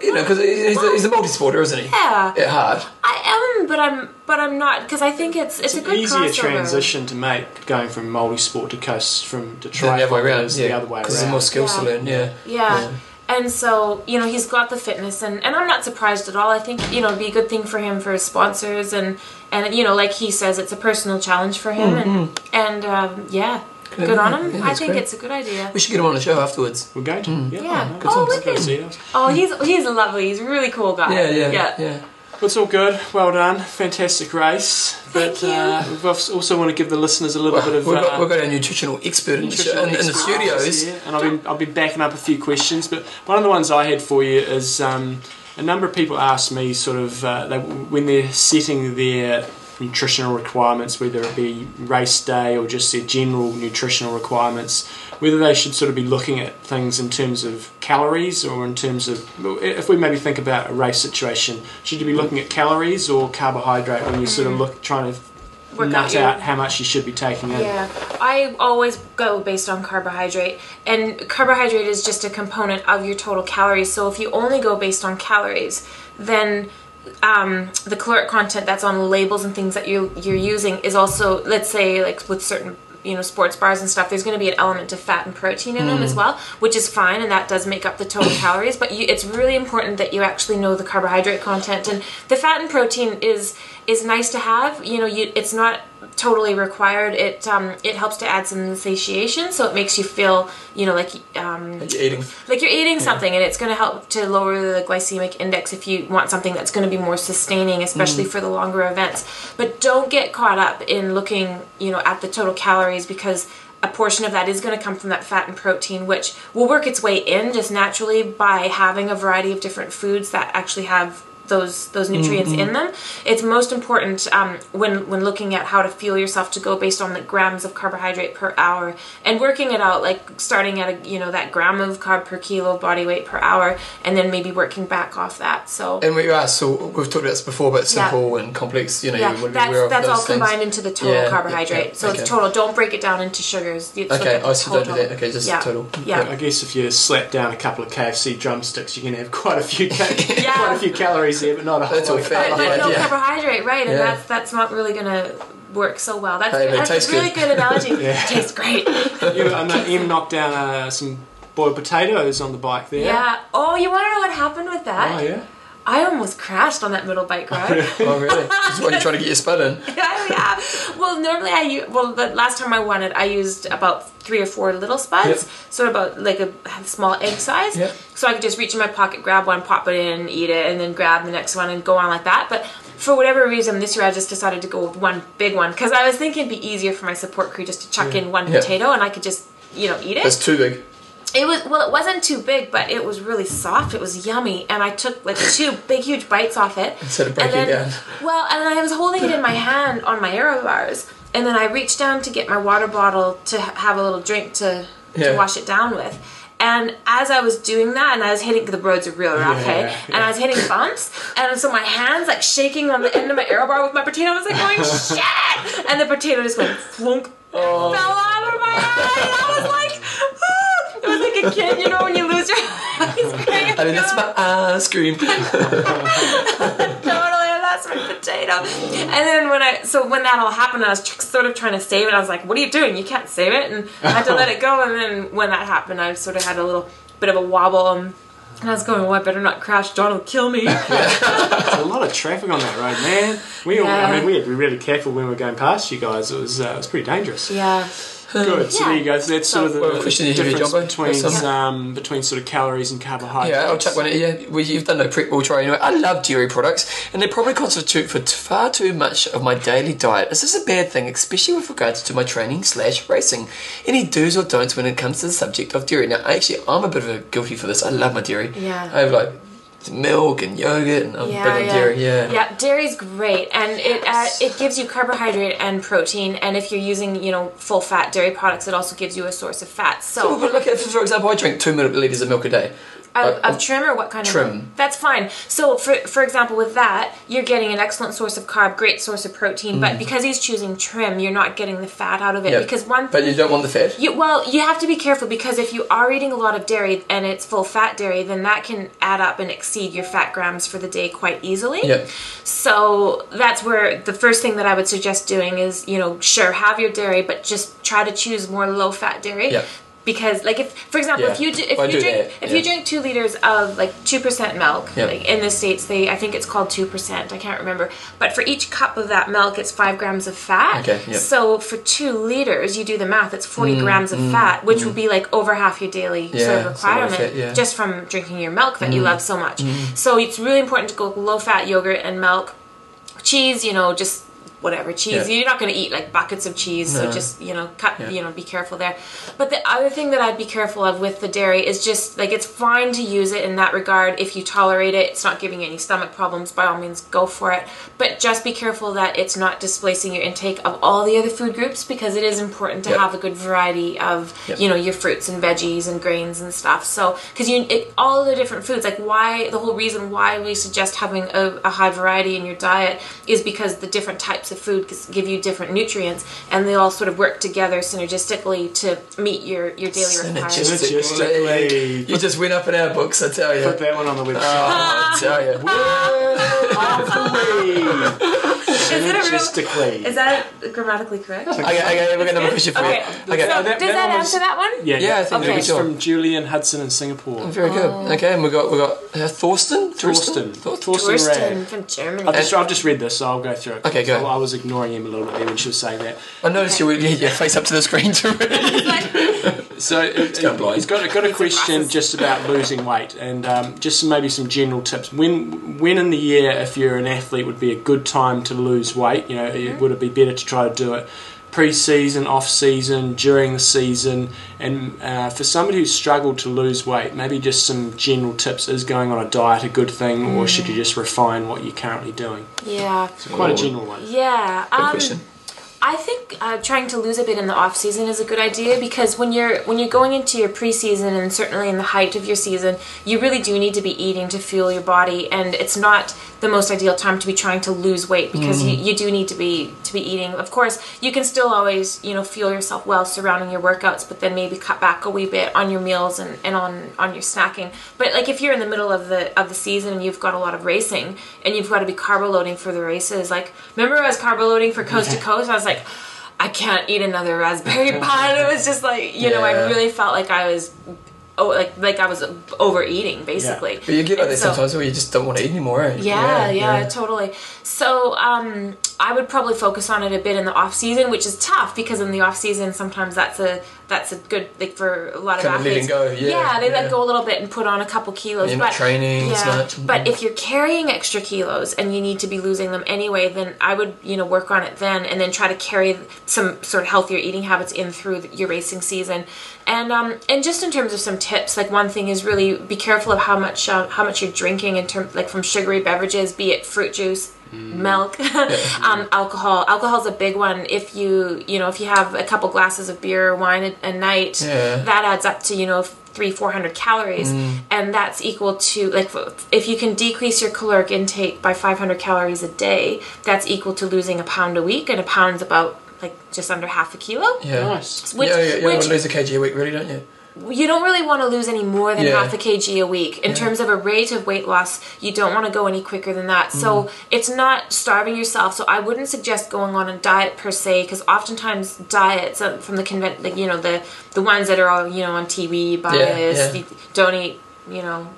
[SPEAKER 1] You know, because he's, a- he's a multi-sporter, isn't he?
[SPEAKER 3] yeah.
[SPEAKER 1] At heart.
[SPEAKER 3] I am, but I'm, but I'm not because I think it's it's,
[SPEAKER 2] it's
[SPEAKER 3] a good
[SPEAKER 2] an easier
[SPEAKER 3] crossover.
[SPEAKER 2] transition to make going from multi-sport to coast
[SPEAKER 1] Than
[SPEAKER 2] from Detroit
[SPEAKER 1] the other way around.
[SPEAKER 2] is
[SPEAKER 1] Yeah,
[SPEAKER 2] the other way
[SPEAKER 1] Because there's
[SPEAKER 2] around.
[SPEAKER 1] more skills to
[SPEAKER 3] Yeah.
[SPEAKER 1] learn. Yeah.
[SPEAKER 3] Yeah.
[SPEAKER 1] Yeah.
[SPEAKER 3] And so, you know, he's got the fitness and, and I'm not surprised at all. I think, you know, it'd be a good thing for him for his sponsors and and you know, like he says, it's a personal challenge for him and and um, yeah. Good, on him.
[SPEAKER 1] Yeah,
[SPEAKER 3] I
[SPEAKER 1] that's
[SPEAKER 3] think
[SPEAKER 1] great.
[SPEAKER 3] it's a good idea.
[SPEAKER 1] We should get him on the show afterwards.
[SPEAKER 2] we're going to
[SPEAKER 1] Hmm.
[SPEAKER 2] yeah,
[SPEAKER 3] Yeah.
[SPEAKER 2] I know.
[SPEAKER 3] Oh,
[SPEAKER 1] times.
[SPEAKER 3] look
[SPEAKER 2] Go
[SPEAKER 3] at
[SPEAKER 2] see
[SPEAKER 3] him.
[SPEAKER 2] us.
[SPEAKER 3] Oh, he's he's lovely. He's a really cool guy.
[SPEAKER 1] Yeah, yeah, yeah.
[SPEAKER 3] Ah, yeah.
[SPEAKER 2] It's all good. Well done. Fantastic race.
[SPEAKER 3] Thank
[SPEAKER 2] but uh, we also want to give the listeners a little
[SPEAKER 1] Well,
[SPEAKER 2] bit
[SPEAKER 1] we've,
[SPEAKER 2] of. uh,
[SPEAKER 1] got, we've got our nutritional expert in, the, show, in, in the
[SPEAKER 2] Nutritional
[SPEAKER 1] studios.
[SPEAKER 2] expertise, yeah, and I've been, I've been backing up a few questions, but one of the ones I had for you is um, a number of people ask me sort of uh, they, when they're setting their nutritional requirements, whether it be race day or just their general nutritional requirements, whether they should sort of be looking at things in terms of calories or in terms of if we maybe think about a race situation, should you be looking at calories or carbohydrate when you sort of look trying to
[SPEAKER 3] Mm. Work out
[SPEAKER 2] nut
[SPEAKER 3] your-
[SPEAKER 2] out how much you should be taking in?
[SPEAKER 3] Yeah, I always go based on carbohydrate, and carbohydrate is just a component of your total calories. So if you only go based on calories, then um, the caloric content that's on labels and things that you you're using is also, let's say, like with certain you know sports bars and stuff there's going to be an element of fat and protein in them as well which is fine and that does make up the total calories but you, it's really important that you actually know the carbohydrate content and the fat and protein is is nice to have you know you it's not totally required it um, it helps to add some satiation so it makes you feel you know like um,
[SPEAKER 1] You're Eating.
[SPEAKER 3] like you're eating something and it's going to help to lower the glycemic index if you want something that's going to be more sustaining especially for the longer events but don't get caught up in looking you know at the total calories because a portion of that is going to come from that fat and protein which will work its way in just naturally by having a variety of different foods that actually have those those nutrients
[SPEAKER 1] Mm-hmm.
[SPEAKER 3] in them. It's most important um, when when looking at how to fuel yourself to go based on the grams of carbohydrate per hour and working it out like starting at a you know that gram of carb per kilo of body weight per hour and then maybe working back off that. So
[SPEAKER 1] And we are, so we've talked about this before, but simple and complex, you know,
[SPEAKER 3] yeah,
[SPEAKER 1] you would be aware
[SPEAKER 3] that's
[SPEAKER 1] of
[SPEAKER 3] that's
[SPEAKER 1] those
[SPEAKER 3] all
[SPEAKER 1] things.
[SPEAKER 3] combined into the total
[SPEAKER 1] Yeah, yeah,
[SPEAKER 3] carbohydrate.
[SPEAKER 1] yeah,
[SPEAKER 3] So
[SPEAKER 1] okay.
[SPEAKER 3] it's total. Don't break it down into sugars. It's
[SPEAKER 1] Okay,
[SPEAKER 3] like a
[SPEAKER 1] oh, so don't do
[SPEAKER 3] total.
[SPEAKER 1] that. Okay, just
[SPEAKER 3] yeah.
[SPEAKER 1] total.
[SPEAKER 3] Yeah.
[SPEAKER 2] I guess if you slap down a couple of KFC drumsticks, you can have quite a few ca-
[SPEAKER 3] Yeah.
[SPEAKER 2] quite a few calories there, but not a whole
[SPEAKER 1] That's all
[SPEAKER 2] lot.
[SPEAKER 1] fat.
[SPEAKER 3] but, but no
[SPEAKER 1] Yeah.
[SPEAKER 3] carbohydrate, right? And
[SPEAKER 1] Yeah.
[SPEAKER 3] that's that's not really gonna work so well. That's,
[SPEAKER 1] Hey, but it
[SPEAKER 3] that's
[SPEAKER 1] tastes
[SPEAKER 3] a really
[SPEAKER 1] good.
[SPEAKER 3] good, analogy. Tastes great.
[SPEAKER 2] You know, I know Em knocked down uh, some boiled potatoes on the bike there.
[SPEAKER 3] Yeah. Oh, you want to know what happened with that?
[SPEAKER 2] Oh yeah.
[SPEAKER 3] I almost crashed on that middle bike ride.
[SPEAKER 1] Oh, really? That's why you're trying to get your spud in.
[SPEAKER 3] yeah, yeah. Well, normally I u- well the last time I won it, I used about three or four little spuds,
[SPEAKER 1] Yep.
[SPEAKER 3] sort of about like a small egg size.
[SPEAKER 1] Yep.
[SPEAKER 3] So I could just reach in my pocket, grab one, pop it in, eat it, and then grab the next one and go on like that. But for whatever reason, this year I just decided to go with one big one because I was thinking it'd be easier for my support crew just to chuck in one
[SPEAKER 1] Yeah.
[SPEAKER 3] potato and I could just you know eat it.
[SPEAKER 1] That's too big.
[SPEAKER 3] It was well, it wasn't too big, but it was really soft. It was yummy, and I took like two big, huge bites off it.
[SPEAKER 1] Instead of breaking
[SPEAKER 3] and then,
[SPEAKER 1] it down.
[SPEAKER 3] Well, and then I was holding it in my hand on my arrow bars, and then I reached down to get my water bottle to ha- have a little drink to
[SPEAKER 1] Yeah.
[SPEAKER 3] to wash it down with. And as I was doing that, and I was hitting the roads are real rough, hey,
[SPEAKER 2] yeah.
[SPEAKER 3] and I was hitting bumps, and so my hands like shaking on the end of my arrow bar with my potato. I was like going shit, and the potato just went flunk
[SPEAKER 1] Oh.
[SPEAKER 3] fell out of my eye. I was like, "Ah." it was like a kid, you know, when you lose your eyes.
[SPEAKER 1] I mean, that's my ice cream.
[SPEAKER 3] totally, that's my potato. And then when I, so when that all happened, I was tr- sort of trying to save it. I was like, what are you doing? You can't save it. And I had to let it go. And then when that happened, I sort of had a little bit of a wobble. And, and I was going, well, I better not crash. John will kill me.
[SPEAKER 2] There's a lot of traffic on that road, man. We all, I
[SPEAKER 3] Yeah.
[SPEAKER 2] mean, we had to be really careful when we were going past you guys. It was uh, it was pretty dangerous.
[SPEAKER 3] yeah.
[SPEAKER 4] Good. So there you go. So that's sort of the
[SPEAKER 1] Well,
[SPEAKER 4] the
[SPEAKER 1] question here,
[SPEAKER 4] difference
[SPEAKER 1] Jumbo.
[SPEAKER 4] between
[SPEAKER 1] That's
[SPEAKER 4] um, between sort of calories and carbohydrates.
[SPEAKER 1] Yeah, I'll chuck one. in. Yeah, well, you've done no prep. We'll try anyway. I love dairy products, and they probably constitute for t- far too much of my daily diet. Is this a bad thing, especially with regards to my training slash racing? Any do's or don'ts when it comes to the subject of dairy? Now, actually, I'm a bit of a guilty for this. I love my dairy.
[SPEAKER 3] Yeah.
[SPEAKER 1] I have like milk and yogurt, and I'm big on dairy. Yeah.
[SPEAKER 3] yeah. Dairy's great, and it uh, it gives you carbohydrate and protein, and if you're using you know full fat dairy products, it also gives you a source of fat.
[SPEAKER 1] Oh,
[SPEAKER 3] So
[SPEAKER 1] but look at for example, I drink two liters of milk a day.
[SPEAKER 3] of,
[SPEAKER 1] I-
[SPEAKER 3] of trim or what kind
[SPEAKER 1] Trim.
[SPEAKER 3] of That's fine. So for for example, with that, you're getting an excellent source of carb, great source of protein, but because he's choosing trim, you're not getting the fat out of it
[SPEAKER 1] Mm. yeah.
[SPEAKER 3] because one
[SPEAKER 1] But you don't want the fat.
[SPEAKER 3] You, well, you have to be careful because if you are eating a lot of dairy and it's full fat dairy, then that can add up and exceed your fat grams for the day quite easily.
[SPEAKER 1] Yep.
[SPEAKER 3] So that's where the first thing that I would suggest doing is, you know, sure, have your dairy, but just try to choose more low fat dairy.
[SPEAKER 1] Yep.
[SPEAKER 3] Because, like, if for example, if
[SPEAKER 1] Yeah.
[SPEAKER 3] you do, if
[SPEAKER 1] Well, I
[SPEAKER 3] you
[SPEAKER 1] do
[SPEAKER 3] drink
[SPEAKER 1] that,
[SPEAKER 3] if
[SPEAKER 1] yeah.
[SPEAKER 3] you drink two liters of like two percent milk,
[SPEAKER 1] Yep.
[SPEAKER 3] like in the states they I think it's called two percent. I can't remember, but for each cup of that milk, it's five grams of fat.
[SPEAKER 1] Okay, yep.
[SPEAKER 3] So for two liters, you do the math. It's forty grams of fat, which would be like over half your daily sort
[SPEAKER 1] mm, Yeah,
[SPEAKER 3] of
[SPEAKER 1] so much
[SPEAKER 3] requirement
[SPEAKER 1] fat, yeah. Mm.
[SPEAKER 3] just from drinking your milk that you love so much. So it's really important to go low fat yogurt and milk, cheese. You know, just whatever cheese.
[SPEAKER 1] Yeah.
[SPEAKER 3] You're not going to eat like buckets of cheese.
[SPEAKER 1] No.
[SPEAKER 3] So just you know, cut.
[SPEAKER 1] Yeah.
[SPEAKER 3] You know, be careful there. But the other thing that I'd be careful of with the dairy is just like it's fine to use it in that regard if you tolerate it. It's not giving you any stomach problems. By all means, go for it. But just be careful that it's not displacing your intake of all the other food groups because it is important to
[SPEAKER 1] Yep.
[SPEAKER 3] have a good variety of
[SPEAKER 1] Yep.
[SPEAKER 3] you know your fruits and veggies and grains and stuff. So because you it, all the different foods, like why the whole reason why we suggest having a, a high variety in your diet is because the different types of food gives- give you different nutrients, and they all sort of work together synergistically to meet your your daily requirements.
[SPEAKER 4] Synergistically.
[SPEAKER 1] You just went up in our books, I tell you.
[SPEAKER 4] Put that one on the website.
[SPEAKER 1] Oh, I tell you.
[SPEAKER 3] Is it a real-
[SPEAKER 4] Synergistically.
[SPEAKER 3] Is that grammatically correct?
[SPEAKER 1] Okay, okay, we're gonna have a question for
[SPEAKER 3] Okay.
[SPEAKER 1] you. Okay,
[SPEAKER 3] So
[SPEAKER 4] that- that
[SPEAKER 3] does that
[SPEAKER 4] one was-
[SPEAKER 3] answer that one?
[SPEAKER 4] Yeah,
[SPEAKER 1] Yeah, I think
[SPEAKER 3] Okay.
[SPEAKER 4] it's
[SPEAKER 1] sure.
[SPEAKER 4] from Julian Hudson in Singapore.
[SPEAKER 1] very good. Okay, and we got we got uh, Thorsten.
[SPEAKER 4] Thorsten.
[SPEAKER 1] Thorsten.
[SPEAKER 4] Thorsten
[SPEAKER 3] Thorsten
[SPEAKER 4] Rad.
[SPEAKER 3] from Germany.
[SPEAKER 4] I've just, I've just read this, so I'll go through it.
[SPEAKER 1] Okay, go.
[SPEAKER 4] I, I was ignoring him a little bit there when she was saying that.
[SPEAKER 1] I noticed you were yeah, yeah, face up to the screen to read.
[SPEAKER 4] So it, it,
[SPEAKER 1] gone blind.
[SPEAKER 4] has got, got a question
[SPEAKER 3] glasses.
[SPEAKER 4] just about losing weight and um, just maybe some general tips. When when in the year, if you're an athlete, would be a good time to lose weight? You know,
[SPEAKER 1] Mm-hmm.
[SPEAKER 4] it- would it be better to try to do it pre-season, off-season, during the season? And uh, for somebody who's struggled to lose weight, maybe just some general tips. Is going on a diet a good thing, or should
[SPEAKER 1] Mm.
[SPEAKER 4] you just refine what you're currently doing?
[SPEAKER 3] Yeah.
[SPEAKER 4] Quite a general one.
[SPEAKER 3] Yeah. um,
[SPEAKER 1] question.
[SPEAKER 3] I think uh, trying to lose a bit in the off season is a good idea because when you're when you're going into your preseason and certainly in the height of your season, you really do need to be eating to fuel your body, and it's not the most ideal time to be trying to lose weight because you, you do need to be to be eating. Of course, you can still always you know fuel yourself well surrounding your workouts, but then maybe cut back a wee bit on your meals and, and on on your snacking. But like if you're in the middle of the of the season and you've got a lot of racing and you've got to be carbo loading for the races, like remember I was carbo loading for coast to coast, I was like. I can't eat another raspberry pie. And It was just like you know, I
[SPEAKER 1] Yeah.
[SPEAKER 3] really felt like I was, oh, like like I was overeating basically.
[SPEAKER 1] But you get like
[SPEAKER 3] And
[SPEAKER 1] that
[SPEAKER 3] so-
[SPEAKER 1] sometimes where you just don't want to eat anymore. eh?
[SPEAKER 3] yeah, yeah, totally. So um, I would probably focus on it a bit in the off season, which is tough because in the off season sometimes that's a that's a good like for a lot
[SPEAKER 1] Kinda
[SPEAKER 3] of
[SPEAKER 1] let it
[SPEAKER 3] athletes.
[SPEAKER 1] go, yeah,
[SPEAKER 3] they
[SPEAKER 1] yeah.
[SPEAKER 3] let go a little bit and put on a couple kilos.
[SPEAKER 1] You're
[SPEAKER 3] but,
[SPEAKER 1] not training
[SPEAKER 3] yeah,
[SPEAKER 1] as much.
[SPEAKER 3] But if you're carrying extra kilos and you need to be losing them anyway, then I would you know work on it then and then try to carry some sort of healthier eating habits in through your racing season. And um, and just in terms of some tips, like one thing is really be careful of how much uh, how much you're drinking in terms like from sugary beverages, be it fruit juice,
[SPEAKER 1] Mm.
[SPEAKER 3] milk, um, alcohol. Alcohol's a big one. If you you know if you have a couple glasses of beer or wine a, a night,
[SPEAKER 1] Yeah.
[SPEAKER 3] that adds up to you know three four hundred calories, and that's equal to like if you can decrease your caloric intake by five hundred calories a day, that's equal to losing a pound a week, and a pound's about like just under half a kilo.
[SPEAKER 1] Yeah.
[SPEAKER 4] Nice.
[SPEAKER 3] Which,
[SPEAKER 1] yeah, yeah, you
[SPEAKER 3] which
[SPEAKER 1] want to lose a kg a week, really, don't you?
[SPEAKER 3] you don't really want to lose any more than
[SPEAKER 1] Yeah.
[SPEAKER 3] half a kg a week in terms of a rate of weight loss you don't want to go any quicker than that
[SPEAKER 1] Mm.
[SPEAKER 3] so it's not starving yourself so i wouldn't suggest going on a diet per se because oftentimes diets um, uh, from the convent like you know the the ones that are all you know on tv by
[SPEAKER 1] Yeah, yeah.
[SPEAKER 3] don't eat you know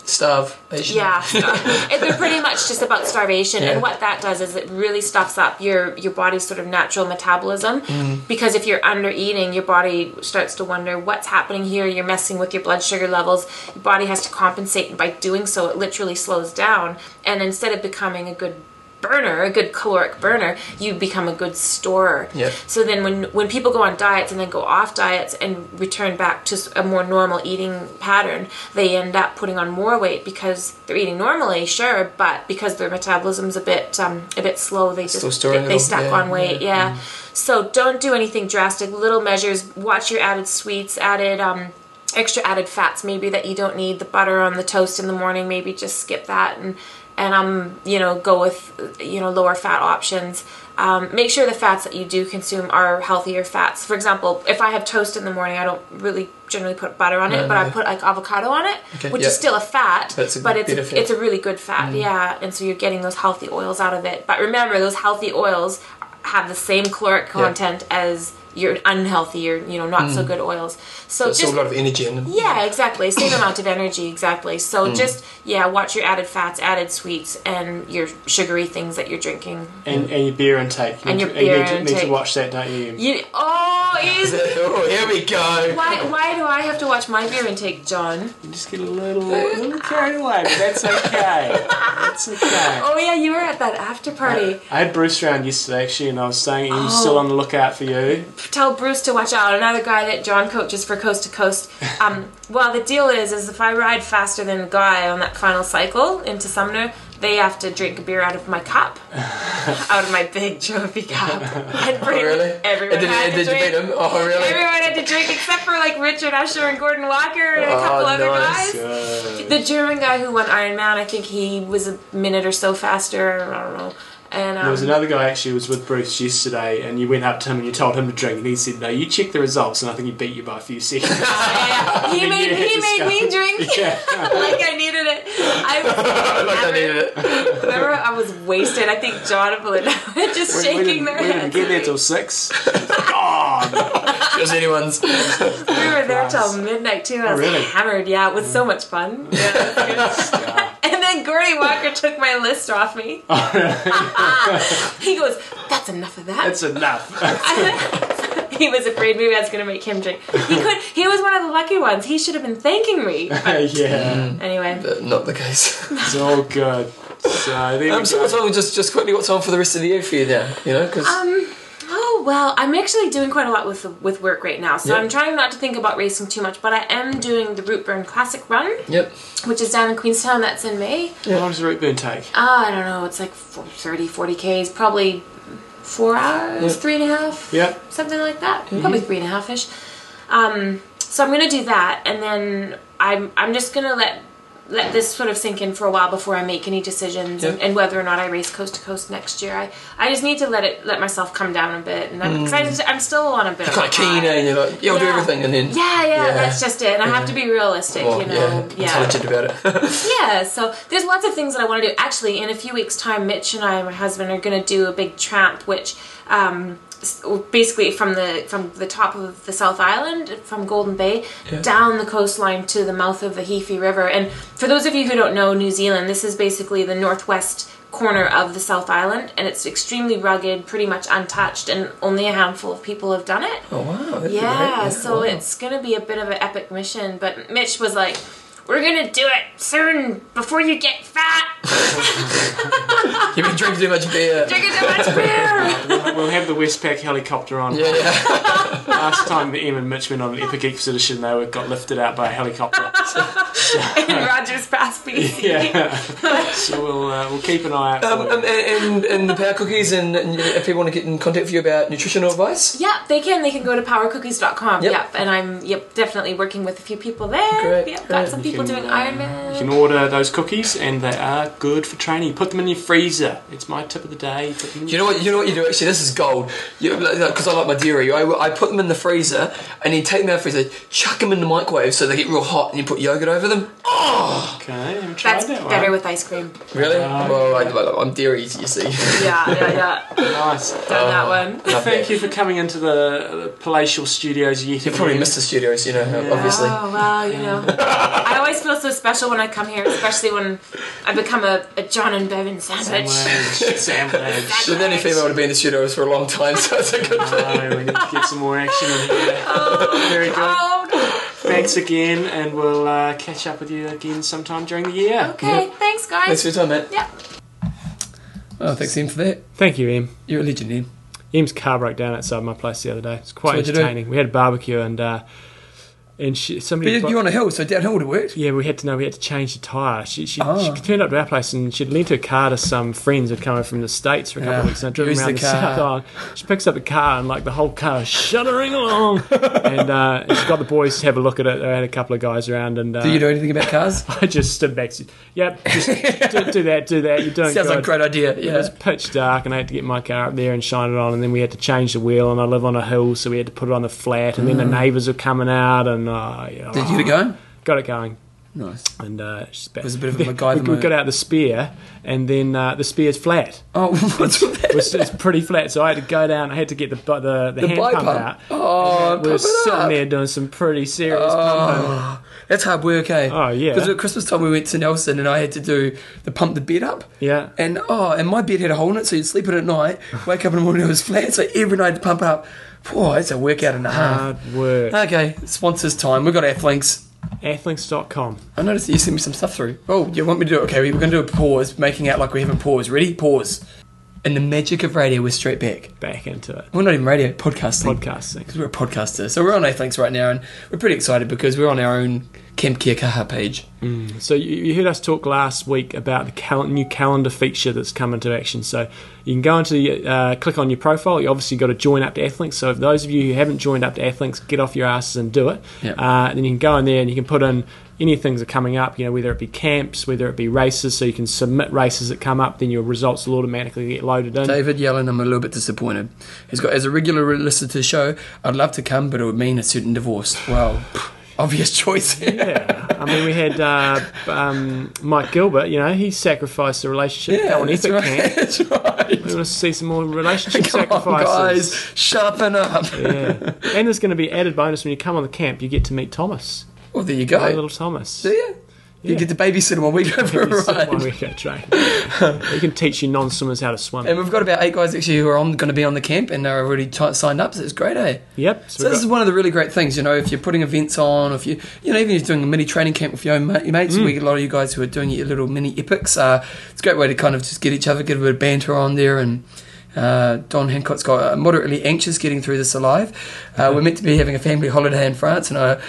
[SPEAKER 1] Starvation.
[SPEAKER 3] yeah It- they're pretty much just about starvation
[SPEAKER 1] Yeah.
[SPEAKER 3] and what that does is it really stuffs up your your body's sort of natural metabolism
[SPEAKER 1] Mm-hmm.
[SPEAKER 3] because if you're under eating your body starts to wonder what's happening here you're messing with your blood sugar levels your body has to compensate and by doing so it literally slows down and instead of becoming a good burner a good caloric burner you become a good storer
[SPEAKER 1] Yep.
[SPEAKER 3] so then when when people go on diets and then go off diets and return back to s- a more normal eating pattern, they end up putting on more weight because they're eating normally, sure, but because their metabolism's a bit um, a bit slow, they
[SPEAKER 1] Still
[SPEAKER 3] just
[SPEAKER 1] storing
[SPEAKER 3] they,
[SPEAKER 1] it
[SPEAKER 3] they
[SPEAKER 1] all,
[SPEAKER 3] stack
[SPEAKER 1] yeah,
[SPEAKER 3] on weight, yeah.
[SPEAKER 1] Mm.
[SPEAKER 3] So don't do anything drastic. Little measures. Watch your added sweets, added um, extra added fats, maybe that you don't need. The butter on the toast in the morning, maybe just skip that and and um you know go with you know lower fat options. Um, make sure the fats that you do consume are healthier fats. For example, if I have toast in the morning, I don't really generally put butter on it,
[SPEAKER 1] No,
[SPEAKER 3] but I
[SPEAKER 1] no.
[SPEAKER 3] put like avocado on it,
[SPEAKER 1] Mm-hmm. Okay,
[SPEAKER 3] which
[SPEAKER 1] yeah.
[SPEAKER 3] is still a fat,
[SPEAKER 1] But it's a
[SPEAKER 3] but
[SPEAKER 1] good
[SPEAKER 3] it's
[SPEAKER 1] bit
[SPEAKER 3] a,
[SPEAKER 1] of fat.
[SPEAKER 3] it's a really good fat, yeah. And so you're getting those healthy oils out of it. But remember, those healthy oils have the same caloric content as your unhealthy or you know not so good oils. So
[SPEAKER 1] It's
[SPEAKER 3] just
[SPEAKER 1] a lot of energy in them.
[SPEAKER 3] yeah, exactly. Same amount of energy, exactly. So just yeah, watch your added fats, added sweets, and your sugary things that you're drinking.
[SPEAKER 4] And, and your beer intake. You
[SPEAKER 3] And
[SPEAKER 4] need
[SPEAKER 3] your
[SPEAKER 4] to- you
[SPEAKER 3] beer
[SPEAKER 4] need to, need to
[SPEAKER 3] intake.
[SPEAKER 4] watch that, don't you?
[SPEAKER 3] You oh is
[SPEAKER 1] Oh, here we go.
[SPEAKER 3] why why do I have to watch my beer intake, John?
[SPEAKER 4] You just get a little, little carried away, but that's okay. that's okay.
[SPEAKER 3] Oh yeah, you were at that after party.
[SPEAKER 4] I had Bruce around yesterday actually, and I was saying he was
[SPEAKER 3] Oh.
[SPEAKER 4] still on the lookout for you.
[SPEAKER 3] tell Bruce to watch out. Another guy that John coaches for coast to coast. Um, well, the deal is, is if I ride faster than Guy on that final cycle into Sumner, they have to drink a beer out of my cup, out of my big trophy cup. And
[SPEAKER 1] Oh,
[SPEAKER 3] bring
[SPEAKER 1] really?
[SPEAKER 3] everyone
[SPEAKER 1] And did,
[SPEAKER 3] had
[SPEAKER 1] and
[SPEAKER 3] to
[SPEAKER 1] did you
[SPEAKER 3] drink.
[SPEAKER 1] beat him? Oh, really?
[SPEAKER 3] Everyone had to drink except for like Richard Usher and Gordon Walker and a
[SPEAKER 1] Oh,
[SPEAKER 3] couple other
[SPEAKER 1] nice.
[SPEAKER 3] guys.
[SPEAKER 4] Good.
[SPEAKER 3] The German guy who won Iron Man, I think he was a minute or so faster. I don't know. And um,
[SPEAKER 4] There was another guy actually who was with Bruce yesterday, and you went up to him and you told him to drink, and he said, "No, you check the results." And I think he beat you by a few seconds.
[SPEAKER 3] yeah, he
[SPEAKER 4] You
[SPEAKER 3] made
[SPEAKER 4] had
[SPEAKER 3] he
[SPEAKER 4] to
[SPEAKER 3] made
[SPEAKER 4] scout.
[SPEAKER 3] me drink.
[SPEAKER 4] yeah.
[SPEAKER 3] like I needed it. I was
[SPEAKER 1] Like I needed it.
[SPEAKER 3] Remember, I was wasted. I think John and Belinda were just
[SPEAKER 4] We- we,
[SPEAKER 3] shaking
[SPEAKER 4] didn't,
[SPEAKER 3] their
[SPEAKER 4] we didn't
[SPEAKER 3] heads.
[SPEAKER 4] get there till six. God,
[SPEAKER 1] Just anyone's.
[SPEAKER 3] we were there
[SPEAKER 4] Christ.
[SPEAKER 3] till midnight too. and I was
[SPEAKER 4] Oh, really? Mm.
[SPEAKER 3] hammered. Yeah, it was so much fun. Yeah, it was good. and then Gordy Walker took my list off me.
[SPEAKER 4] Oh,
[SPEAKER 3] he goes, "That's enough of that."
[SPEAKER 4] that's enough.
[SPEAKER 3] he was afraid maybe I was going to make him drink. He could. He was one of the lucky ones. He should have been thanking me.
[SPEAKER 4] yeah,
[SPEAKER 3] Anyway,
[SPEAKER 1] But not the case.
[SPEAKER 4] it's all good. So there
[SPEAKER 1] Um,
[SPEAKER 4] we
[SPEAKER 1] so
[SPEAKER 4] go.
[SPEAKER 1] what's on, just, just quickly, what's on for the rest of the year for you then? You know, because
[SPEAKER 3] Oh well, I'm actually doing quite a lot with with work right now, so
[SPEAKER 1] Yeah.
[SPEAKER 3] I'm trying not to think about racing too much. But I am doing the Rootburn Classic Run,
[SPEAKER 1] yep,
[SPEAKER 3] which is down in Queenstown. That's in May.
[SPEAKER 4] How long does the root burn take?
[SPEAKER 3] Ah, I don't know. It's like four- 30, 40 k's, probably four hours, three and a half,
[SPEAKER 4] Yeah.
[SPEAKER 3] something like that.
[SPEAKER 1] Mm-hmm.
[SPEAKER 3] Probably three and a half ish. Um, so I'm gonna do that, and then I'm I'm just gonna let let this sort of sink in for a while before I make any decisions and,
[SPEAKER 1] Yeah.
[SPEAKER 3] and whether or not I race coast to coast next year. I, I just need to let it let myself come down a bit, and I'm excited. I'm still on a bit of
[SPEAKER 1] kind of
[SPEAKER 3] a
[SPEAKER 1] keen,
[SPEAKER 3] high.
[SPEAKER 1] eh? and Mm. you're like, yeah, I'll do
[SPEAKER 3] Yeah.
[SPEAKER 1] everything, and then
[SPEAKER 3] Yeah, yeah,
[SPEAKER 1] Yeah.
[SPEAKER 3] that's just it. And I have to be realistic,
[SPEAKER 1] well,
[SPEAKER 3] you know.
[SPEAKER 1] yeah, intelligent about it.
[SPEAKER 3] Yeah, so there's lots of things that I want to do. Actually, in a few weeks' time, Mitch and I, my husband, are going to do a big tramp, which um, s- basically from the from the top of the South Island, from Golden Bay, down the coastline to the mouth of the Heafy River. And for those of you who don't know New Zealand, this is basically the northwest corner of the South Island, and it's extremely rugged, pretty much untouched, and only a handful of people have done it.
[SPEAKER 1] oh wow, that'd be
[SPEAKER 3] Yeah,
[SPEAKER 1] great.
[SPEAKER 3] so
[SPEAKER 1] wow.
[SPEAKER 3] it's gonna be a bit of an epic mission. But Mitch was like, "We're gonna do it soon before you get fat.
[SPEAKER 1] you've been drinking too much beer.
[SPEAKER 3] Drink too much beer."
[SPEAKER 4] We'll have the Westpac helicopter on.
[SPEAKER 1] Yeah, yeah.
[SPEAKER 4] Last time that Em and Mitch went on an epic expedition, they were got lifted out by a helicopter.
[SPEAKER 3] and Rogers passed me.
[SPEAKER 4] yeah. so we'll uh, we'll keep an eye out.
[SPEAKER 1] Um,
[SPEAKER 4] for
[SPEAKER 1] um, and,
[SPEAKER 4] you.
[SPEAKER 1] and and the power cookies, and, and if people want to get in contact with you about nutritional advice,
[SPEAKER 3] Yep, they can. They can go to powercookies.com. Yep.
[SPEAKER 1] Yep.
[SPEAKER 3] and I'm yep definitely working with a few people there.
[SPEAKER 1] Great,
[SPEAKER 3] Yep, got
[SPEAKER 1] great.
[SPEAKER 3] some people
[SPEAKER 4] can,
[SPEAKER 3] doing
[SPEAKER 4] uh,
[SPEAKER 3] Ironman.
[SPEAKER 4] You can order those cookies, and they are good for training. Put them in your freezer. It's my tip of the day. Put them in
[SPEAKER 1] You know what? You know what you do. Actually, this is gold. Because I like my dairy, I, I put them in the freezer, and you take them out of the freezer, chuck them in the microwave so they get real hot, and you put yogurt over them. Oh,
[SPEAKER 4] Okay, I haven't tried
[SPEAKER 3] That's
[SPEAKER 4] that
[SPEAKER 3] better
[SPEAKER 4] one.
[SPEAKER 3] with ice cream.
[SPEAKER 1] really?
[SPEAKER 4] Ah,
[SPEAKER 1] Well, I, well, I'm dairy, you see.
[SPEAKER 3] Yeah, yeah, yeah.
[SPEAKER 4] Nice.
[SPEAKER 3] Done that one.
[SPEAKER 1] Love
[SPEAKER 4] Thank
[SPEAKER 1] that.
[SPEAKER 4] you for coming into the, the palatial studios yet.
[SPEAKER 1] You probably
[SPEAKER 4] again.
[SPEAKER 1] missed the studios, you know, obviously.
[SPEAKER 3] Oh well, you know, I always feel so special when I come here, especially when I become a, a John and Bevan sandwich.
[SPEAKER 4] sandwich. sandwich.
[SPEAKER 1] So the only female to be in the studios for a long time, so it's a good thing.
[SPEAKER 4] Oh, we need to get some more action in here. Very good.
[SPEAKER 3] Oh, no.
[SPEAKER 4] Thanks again, and we'll uh, catch up with you again sometime during the year.
[SPEAKER 3] okay,
[SPEAKER 1] Thanks
[SPEAKER 3] thanks guys.
[SPEAKER 1] for your time, mate.
[SPEAKER 3] Yeah.
[SPEAKER 1] Oh, thanks, Ian, for that.
[SPEAKER 2] Thank you, Em.
[SPEAKER 1] You're a legend, Ian.
[SPEAKER 2] Em's car broke down outside my place the other day. It's
[SPEAKER 1] So
[SPEAKER 2] quite
[SPEAKER 1] what'd you do?
[SPEAKER 2] entertaining. We had a barbecue and uh, and she,
[SPEAKER 1] But
[SPEAKER 2] somebody.
[SPEAKER 1] you-
[SPEAKER 2] bro-
[SPEAKER 1] you're on a hill, so downhill would have worked.
[SPEAKER 2] yeah, we had to know we had to change the tyre. She, she,
[SPEAKER 1] Oh.
[SPEAKER 2] she turned up to our place and she'd lent her car to some friends who'd come over from the States for a couple
[SPEAKER 1] Yeah.
[SPEAKER 2] of weeks and I'd driven
[SPEAKER 1] Use
[SPEAKER 2] around
[SPEAKER 1] the
[SPEAKER 2] the, South
[SPEAKER 1] car.
[SPEAKER 2] Island. She picks up the car and like the whole car is shuddering along. and uh, she got the boys to have a look at it. They had a couple of guys around and uh,
[SPEAKER 1] Do you know anything about cars?
[SPEAKER 2] I just stood back. said, Yep, just do, do that, do that. You're doing
[SPEAKER 1] Sounds like a
[SPEAKER 2] good.
[SPEAKER 1] great idea.
[SPEAKER 2] Oh, It was
[SPEAKER 1] Yeah.
[SPEAKER 2] pitch dark, and I had to get my car up there and shine it on, and then we had to change the wheel. And I live on a hill, so we had to put it on the flat, and then the neighbours were coming out, and uh, yeah,
[SPEAKER 1] Mm. Did you get it going?
[SPEAKER 2] got it going.
[SPEAKER 1] Nice.
[SPEAKER 2] And uh, she's back.
[SPEAKER 1] was a bit of a
[SPEAKER 2] we,
[SPEAKER 1] MacGyver
[SPEAKER 2] we
[SPEAKER 1] moment.
[SPEAKER 2] got out the spear, and then uh, the spear's flat.
[SPEAKER 1] Oh, what's with that?
[SPEAKER 2] It was, it's pretty flat, so I had to go down. I had to get the bu- the, the,
[SPEAKER 1] The
[SPEAKER 2] hand
[SPEAKER 1] bipump.
[SPEAKER 2] pump out.
[SPEAKER 1] Oh,
[SPEAKER 2] we were
[SPEAKER 1] pump it
[SPEAKER 2] sitting
[SPEAKER 1] up.
[SPEAKER 2] there doing some pretty serious pumping.
[SPEAKER 1] Oh, that's hard work, eh?
[SPEAKER 2] Oh, yeah.
[SPEAKER 1] Because at Christmas time we went to Nelson and I had to do the pump the bed up.
[SPEAKER 2] Yeah.
[SPEAKER 1] And oh, and my bed had a hole in it, so you'd sleep in it at night, wake up in the morning it was flat, so every night to pump up. Poor, it's a workout and a half.
[SPEAKER 2] Hard work.
[SPEAKER 1] Okay, sponsors time. We've got Athlinks.
[SPEAKER 2] Athlinks.com.
[SPEAKER 1] I noticed that you sent me some stuff through. Oh, you want me to do it? Okay, we're going to do a pause, making out like we haven't paused. Ready? Pause. And the magic of radio, we're straight back.
[SPEAKER 2] Back into it.
[SPEAKER 1] We're not even radio, podcasting.
[SPEAKER 2] Podcasting.
[SPEAKER 1] because we're a podcaster. So we're on Athlinks right now, and we're pretty excited because we're on our own Camp Kia Kaha page.
[SPEAKER 2] So you, you heard us talk last week about the cal- new calendar feature that's come into action. So you can go into the, uh, click on your profile. You obviously got to join up to Athlinks. So if those of you who haven't joined up to Athlinks, get off your asses and do it.
[SPEAKER 1] Yep.
[SPEAKER 2] Uh, and then you can go in there and you can put in any things that are coming up. You know whether it be camps, whether it be races. So you can submit races that come up. Then your results will automatically get loaded in.
[SPEAKER 1] David Yellen, I'm a little bit disappointed. He's got as a regular listener to the show. I'd love to come, but it would mean a certain divorce. Well, obvious choice.
[SPEAKER 2] Yeah, I mean, we had uh, um, Mike Gilbert. You know, he sacrificed the relationship.
[SPEAKER 1] yeah,
[SPEAKER 2] Yeah,
[SPEAKER 1] that's right. That's right.
[SPEAKER 2] We want to see some more relationship
[SPEAKER 1] Come on,
[SPEAKER 2] sacrifices.
[SPEAKER 1] guys, sharpen up.
[SPEAKER 2] yeah. And there's going to be added bonus when you come on the camp, you get to meet Thomas.
[SPEAKER 1] Well, there you
[SPEAKER 2] Our
[SPEAKER 1] go.
[SPEAKER 2] little Thomas.
[SPEAKER 1] Do you? You
[SPEAKER 2] Yeah.
[SPEAKER 1] get to babysit him while we go for a
[SPEAKER 2] He's
[SPEAKER 1] ride.
[SPEAKER 2] one we go train. He can teach you non swimmers how to swim.
[SPEAKER 1] And we've got about eight guys actually who are on, going to be on the camp and they're already t- signed up. So it's great, eh?
[SPEAKER 2] yep.
[SPEAKER 1] So this is one of the really great things, you know, if you're putting events on, if you, you know, even if you're doing a mini training camp with your own ma- your mates, we get a lot of you guys who are doing your little mini epics. Uh, it's a great way to kind of just get each other, get a bit of banter on there, and uh, Don Hancock's got uh, moderately anxious getting through this alive. Uh, We're meant to be having a family holiday in France, and uh,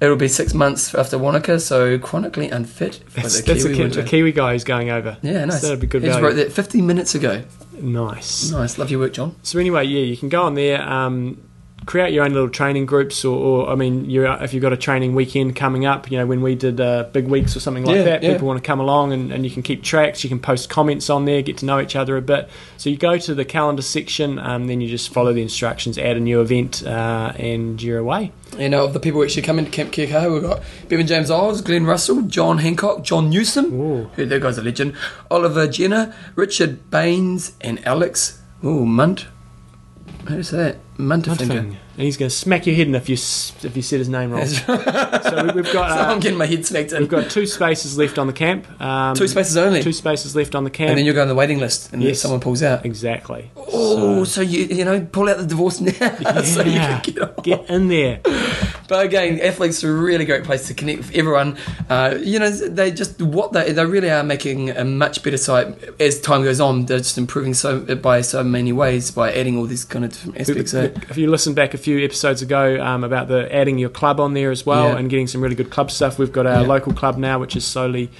[SPEAKER 1] it'll be six months after Wanaka, so chronically unfit for
[SPEAKER 2] that's,
[SPEAKER 1] the
[SPEAKER 2] that's
[SPEAKER 1] Kiwi
[SPEAKER 2] a, Kiwi,
[SPEAKER 1] winter.
[SPEAKER 2] a Kiwi guy who's going over.
[SPEAKER 1] Yeah, nice.
[SPEAKER 2] So that'd be good
[SPEAKER 1] He just
[SPEAKER 2] value.
[SPEAKER 1] wrote that 15 minutes ago.
[SPEAKER 2] Nice.
[SPEAKER 1] Nice, love your work, John.
[SPEAKER 2] So anyway, yeah, you can go on there. Um, create your own little training groups, or, or I mean, you're, if you've got a training weekend coming up, you know, when we did uh, big weeks or something like
[SPEAKER 1] Yeah,
[SPEAKER 2] that,
[SPEAKER 1] yeah.
[SPEAKER 2] people want to come along, and, and you can keep tracks. You can post comments on there, get to know each other a bit. So you go to the calendar section, um, then you just follow the instructions, add a new event, uh, and you're away.
[SPEAKER 1] You know, of the people who actually come into Camp Kirkhoe, we've got Bevan James Isles, Glenn Russell, John Hancock, John Newsom,
[SPEAKER 2] Ooh.
[SPEAKER 1] who that guy's a legend, Oliver Jenner, Richard Baines, and Alex. Ooh, Munt. Who's that? Munterfinger.
[SPEAKER 2] And he's going to smack your head in if you s- if you said his name wrong.
[SPEAKER 1] That's right.
[SPEAKER 2] so we, we've got.
[SPEAKER 1] So I'm
[SPEAKER 2] Uh,
[SPEAKER 1] getting my head smacked in.
[SPEAKER 2] We've got two spaces left on the camp. Um,
[SPEAKER 1] two spaces only.
[SPEAKER 2] Two spaces left on the camp.
[SPEAKER 1] and then you go on the waiting list, and
[SPEAKER 2] Yes.
[SPEAKER 1] someone pulls out.
[SPEAKER 2] exactly.
[SPEAKER 1] Oh, so, you you know pull out the divorce now, so you can
[SPEAKER 2] Yeah.
[SPEAKER 1] get on.
[SPEAKER 2] Get in there.
[SPEAKER 1] But again, athletes are a really great place to connect with everyone. Uh, you know, they just what they they really are making a much better site as time goes on. They're just improving so by so many ways by adding all these kind of different aspects. So,
[SPEAKER 2] If you listen back a few episodes ago um, about the adding your club on there as well
[SPEAKER 1] Yeah.
[SPEAKER 2] and getting some really good club stuff, we've got our
[SPEAKER 1] Yeah.
[SPEAKER 2] local club now, which is slowly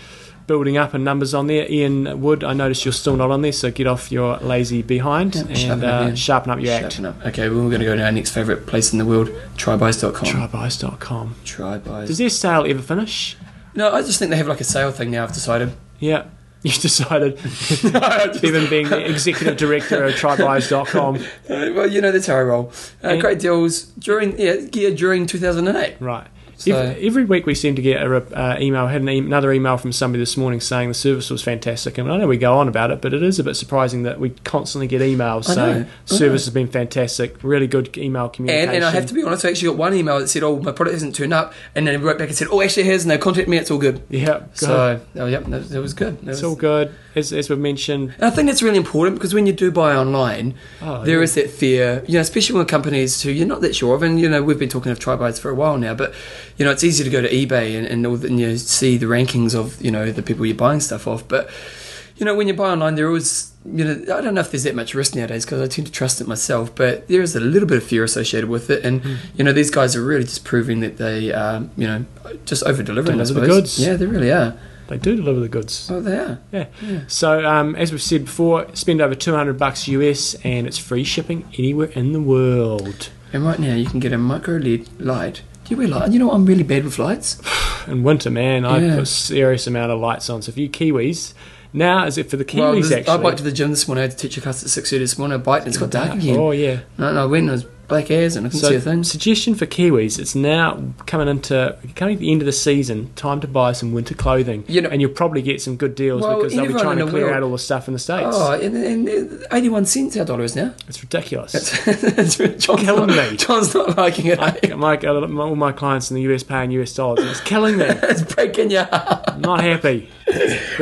[SPEAKER 2] building up in numbers on there. Ian Wood, I noticed you're still not on there, so get off your lazy behind
[SPEAKER 1] Yeah,
[SPEAKER 2] and
[SPEAKER 1] sharpen up,
[SPEAKER 2] uh,
[SPEAKER 1] Ian.
[SPEAKER 2] sharpen up your act.
[SPEAKER 1] Sharpen up. Okay, well, we're going to go to our next favorite place in the world, trybuys.com.
[SPEAKER 2] Trybuys.com. Does
[SPEAKER 1] Trybuys.
[SPEAKER 2] their sale ever finish?
[SPEAKER 1] No, I just think they have like a sale thing now. I've decided.
[SPEAKER 2] Yeah. You decided,
[SPEAKER 1] I just-
[SPEAKER 2] even being the executive director of trybuys.com.
[SPEAKER 1] well, you know that's how I roll. Uh,
[SPEAKER 2] And-
[SPEAKER 1] great deals during yeah, gear during 2008.
[SPEAKER 2] Right.
[SPEAKER 1] So-
[SPEAKER 2] Ev- every week we seem to get a rep- uh, email. I had an e- another email from somebody this morning saying the service was fantastic, and I know we go on about it, but it is a bit surprising that we constantly get emails
[SPEAKER 1] I know,
[SPEAKER 2] saying
[SPEAKER 1] I
[SPEAKER 2] service has been fantastic, really good email communication.
[SPEAKER 1] And, and I have to be honest, I actually got one email that said, "Oh, my product hasn't turned up," and then it wrote back and said, "Oh, actually, it has. No, contact me. It's all good."
[SPEAKER 2] yeah, good.
[SPEAKER 1] So, oh, yep, that, that was good. That was-
[SPEAKER 2] it's all good. As as we mentioned,
[SPEAKER 1] And I think that's really important because when you do buy online,
[SPEAKER 2] oh,
[SPEAKER 1] there
[SPEAKER 2] yeah.
[SPEAKER 1] is that fear, you know, especially with companies who you're not that sure of. And, you know, we've been talking of try buys for a while now, but, you know, it's easy to go to eBay and, and, all the, and you see the rankings of, you know, the people you're buying stuff off. But, you know, when you buy online, there is, you know, I don't know if there's that much risk nowadays because I tend to trust it myself, but there is a little bit of fear associated with it.
[SPEAKER 2] Hmm.
[SPEAKER 1] And, you know, these guys are really just proving that they, um, you know, just over delivering
[SPEAKER 2] Deliver the goods.
[SPEAKER 1] Yeah, they really are.
[SPEAKER 2] they do deliver the goods.
[SPEAKER 1] Oh, they are.
[SPEAKER 2] So, um, as we've said before, spend over 200 bucks US and it's free shipping anywhere in the world.
[SPEAKER 1] And right now, you can get a micro LED light. Do you wear light? You know, I'm really bad with lights.
[SPEAKER 2] In winter, man, I
[SPEAKER 1] Yeah.
[SPEAKER 2] put serious amount of lights on. So, if you Kiwis, now is it for the Kiwis
[SPEAKER 1] Well, this-
[SPEAKER 2] actually?
[SPEAKER 1] I biked to the gym this morning. I had to teach a class at six thirty this morning. I biked and it's got dark again.
[SPEAKER 2] Oh, yeah.
[SPEAKER 1] No, no, I went and it was black as and I couldn't see a
[SPEAKER 2] So,
[SPEAKER 1] thing.
[SPEAKER 2] suggestion for Kiwis: It's now coming into coming at the end of the season. Time to buy some winter clothing,
[SPEAKER 1] You know-
[SPEAKER 2] and you'll probably get some good deals
[SPEAKER 1] Well,
[SPEAKER 2] because they'll be
[SPEAKER 1] everyone
[SPEAKER 2] trying
[SPEAKER 1] in
[SPEAKER 2] to
[SPEAKER 1] the
[SPEAKER 2] clear
[SPEAKER 1] world-
[SPEAKER 2] out all the stuff in the states.
[SPEAKER 1] Oh, and, and eighty-one cents our dollar is now.
[SPEAKER 2] it's ridiculous.
[SPEAKER 1] That's, that's John's,
[SPEAKER 2] Killing
[SPEAKER 1] not,
[SPEAKER 2] me.
[SPEAKER 1] John's not liking it.
[SPEAKER 2] I,
[SPEAKER 1] eh?
[SPEAKER 2] my, my, all my clients in the US paying US dollars. It's killing me.
[SPEAKER 1] It's breaking your heart.
[SPEAKER 2] Not happy. But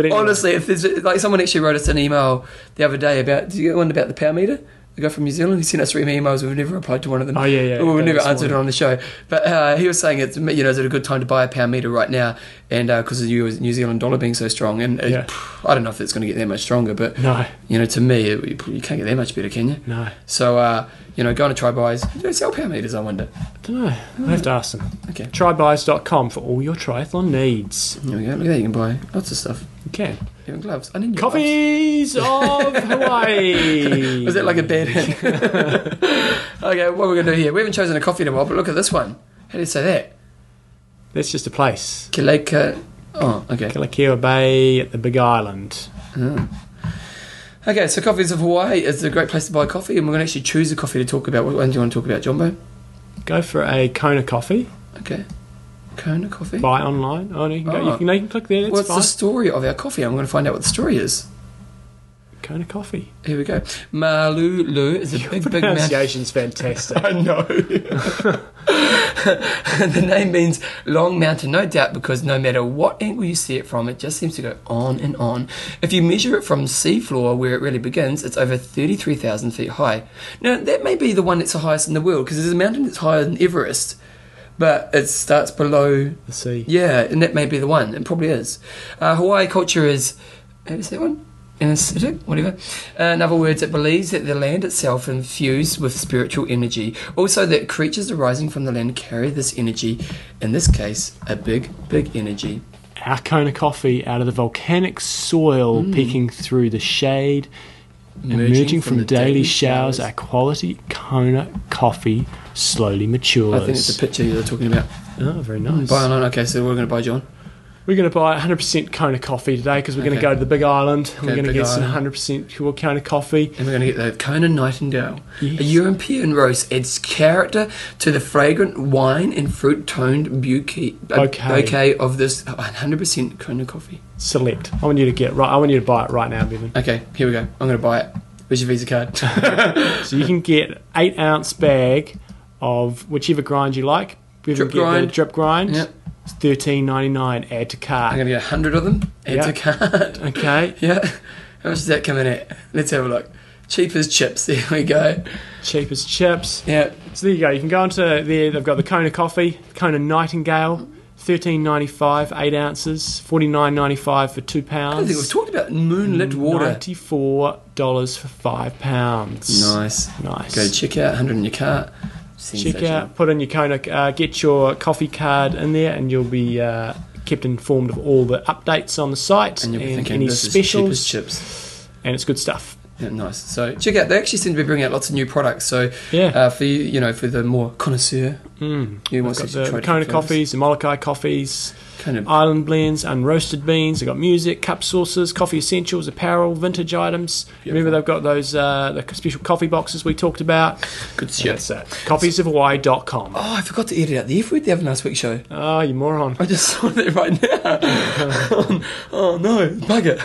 [SPEAKER 2] anyway.
[SPEAKER 1] Honestly, if there's like someone actually wrote us an email the other day about. Did you get one about the power meter? The guy from New Zealand, he sent us three emails. We've never replied to one of them.
[SPEAKER 2] Oh, yeah, yeah,
[SPEAKER 1] Well, we
[SPEAKER 2] yeah,
[SPEAKER 1] never
[SPEAKER 2] this
[SPEAKER 1] answered it
[SPEAKER 2] morning.
[SPEAKER 1] on the show. But uh, he was saying it's you know is it a good time to buy a power meter right now? And because of the US New Zealand dollar being so strong, and it-
[SPEAKER 2] Yeah.
[SPEAKER 1] I don't know if it's going to get that much stronger, but
[SPEAKER 2] No,
[SPEAKER 1] you know to me it, you can't get that much better, can you?
[SPEAKER 2] no.
[SPEAKER 1] So uh, you know, going to try buys. Do they sell power meters? I wonder.
[SPEAKER 2] don't know. I'll have to ask them.
[SPEAKER 1] Okay.
[SPEAKER 2] Trybuys.com for all your triathlon needs.
[SPEAKER 1] There we go. Look at that. You can buy lots of stuff.
[SPEAKER 2] You can.
[SPEAKER 1] Even gloves. I need new gloves.
[SPEAKER 2] Coffees of Hawaii.
[SPEAKER 1] Was that like a bad hint? okay, what we're gonna do here? We haven't chosen a coffee in a while, but look at this one. How do you say that?
[SPEAKER 2] That's just a place.
[SPEAKER 1] Kaleka. Oh, okay.
[SPEAKER 2] Kalakea Bay at the Big Island.
[SPEAKER 1] Okay, so Coffees of Hawaii is a great place to buy coffee, and we're going to actually choose a coffee to talk about. What one do you want to talk about, Jumbo?
[SPEAKER 2] Go for a Kona coffee.
[SPEAKER 1] Okay. Kona Coffee?
[SPEAKER 2] Buy online. Oh, no, you can, go,
[SPEAKER 1] Oh.
[SPEAKER 2] you can, no, you can click there. That's
[SPEAKER 1] What's
[SPEAKER 2] fine.
[SPEAKER 1] the story of our coffee? I'm going to find out what the story is.
[SPEAKER 2] Kona coffee.
[SPEAKER 1] Here we go. Malulu is a big, big man.
[SPEAKER 2] Pronunciation's fantastic.
[SPEAKER 1] I know. the name means long mountain, no doubt, because no matter what angle you see it from, it just seems to go on and on. If you measure it from seafloor, where it really begins, it's over 33,000 feet high. Now, that may be the one that's the highest in the world, because there's a mountain that's higher than Everest, but it starts below
[SPEAKER 2] The sea.
[SPEAKER 1] yeah, and that may be the one. It probably is. Uh, Hawaii culture is. How do you say that one? Anesthetic, whatever. Uh, in other words, it believes that the land itself infused with spiritual energy. Also, that creatures arising from the land carry this energy. In this case, a big, big energy.
[SPEAKER 2] Our Kona coffee out of the volcanic soil
[SPEAKER 1] Mm.
[SPEAKER 2] peeking through the shade. Emerging, from,
[SPEAKER 1] the
[SPEAKER 2] daily, showers, our quality Kona coffee slowly matures.
[SPEAKER 1] I think it's the picture you're talking about.
[SPEAKER 2] oh, very nice.
[SPEAKER 1] Buy online. Okay, so we're going to buy John.
[SPEAKER 2] We're going to buy 100% Kona coffee today because we're going
[SPEAKER 1] Okay.
[SPEAKER 2] to go to the Big Island. and
[SPEAKER 1] Okay,
[SPEAKER 2] we're going to
[SPEAKER 1] Big
[SPEAKER 2] get some
[SPEAKER 1] Island.
[SPEAKER 2] 100% pure Kona coffee.
[SPEAKER 1] And we're going to get the Kona Nightingale.
[SPEAKER 2] Yes.
[SPEAKER 1] A European roast adds character to the fragrant wine and fruit toned bouquet, uh,
[SPEAKER 2] Bouquet.
[SPEAKER 1] bouquet of this 100% Kona coffee.
[SPEAKER 2] Select. I want you to get right. I want you to buy it right now, Bevan.
[SPEAKER 1] Okay, here we go. I'm going to buy it. Where's your Visa card?
[SPEAKER 2] So you can get eight ounce bag of whichever grind you like. Bevan
[SPEAKER 1] Drip
[SPEAKER 2] get
[SPEAKER 1] grind.
[SPEAKER 2] The drip grind.
[SPEAKER 1] Yep.
[SPEAKER 2] It's thirteen ninety nine. Add to
[SPEAKER 1] I'm going
[SPEAKER 2] cart.
[SPEAKER 1] to get 100 of them. Add to
[SPEAKER 2] Yeah.
[SPEAKER 1] card.
[SPEAKER 2] Okay.
[SPEAKER 1] Yeah. How much is that coming at? Let's have a look. Cheap as chips. There we go.
[SPEAKER 2] Cheap as chips.
[SPEAKER 1] Yeah.
[SPEAKER 2] So there you go. You can go onto there. They've got the Kona coffee, Kona Nightingale, thirteen ninety five, eight ounces, forty nine ninety five for two pounds.
[SPEAKER 1] I don't think we've talked about moonlit water.
[SPEAKER 2] Ninety four dollars for five pounds.
[SPEAKER 1] Nice.
[SPEAKER 2] nice.
[SPEAKER 1] Go check out 100 in your cart.
[SPEAKER 2] Check
[SPEAKER 1] Sensational.
[SPEAKER 2] out. Put in your Kona. Uh, get your coffee card in there, and you'll be uh, kept informed of all the updates on the site
[SPEAKER 1] And
[SPEAKER 2] and,
[SPEAKER 1] you'll be thinking,
[SPEAKER 2] any
[SPEAKER 1] this is
[SPEAKER 2] specials,
[SPEAKER 1] cheap as chips.
[SPEAKER 2] and it's good stuff.
[SPEAKER 1] Yeah, nice. So check out. They actually seem to be bringing out lots of new products. So
[SPEAKER 2] Yeah.
[SPEAKER 1] uh, for you, you know, for the more connoisseur
[SPEAKER 2] Mm.
[SPEAKER 1] You
[SPEAKER 2] I've
[SPEAKER 1] must
[SPEAKER 2] got
[SPEAKER 1] actually
[SPEAKER 2] the
[SPEAKER 1] try
[SPEAKER 2] Kona Ah.
[SPEAKER 1] different flavours.
[SPEAKER 2] coffees, the Molokai coffees,
[SPEAKER 1] Kind of
[SPEAKER 2] island blends, unroasted beans. They've got music, cup sauces, coffee essentials, apparel, vintage items. Remember, they've got those uh, the special coffee boxes we talked about.
[SPEAKER 1] good
[SPEAKER 2] Yeah,
[SPEAKER 1] shit.
[SPEAKER 2] That's it. Coffeesofhawaii.com.
[SPEAKER 1] Oh, I forgot to edit out the F word the other last week's show.
[SPEAKER 2] Oh, you moron.
[SPEAKER 1] I just saw that right now. oh no, bugger.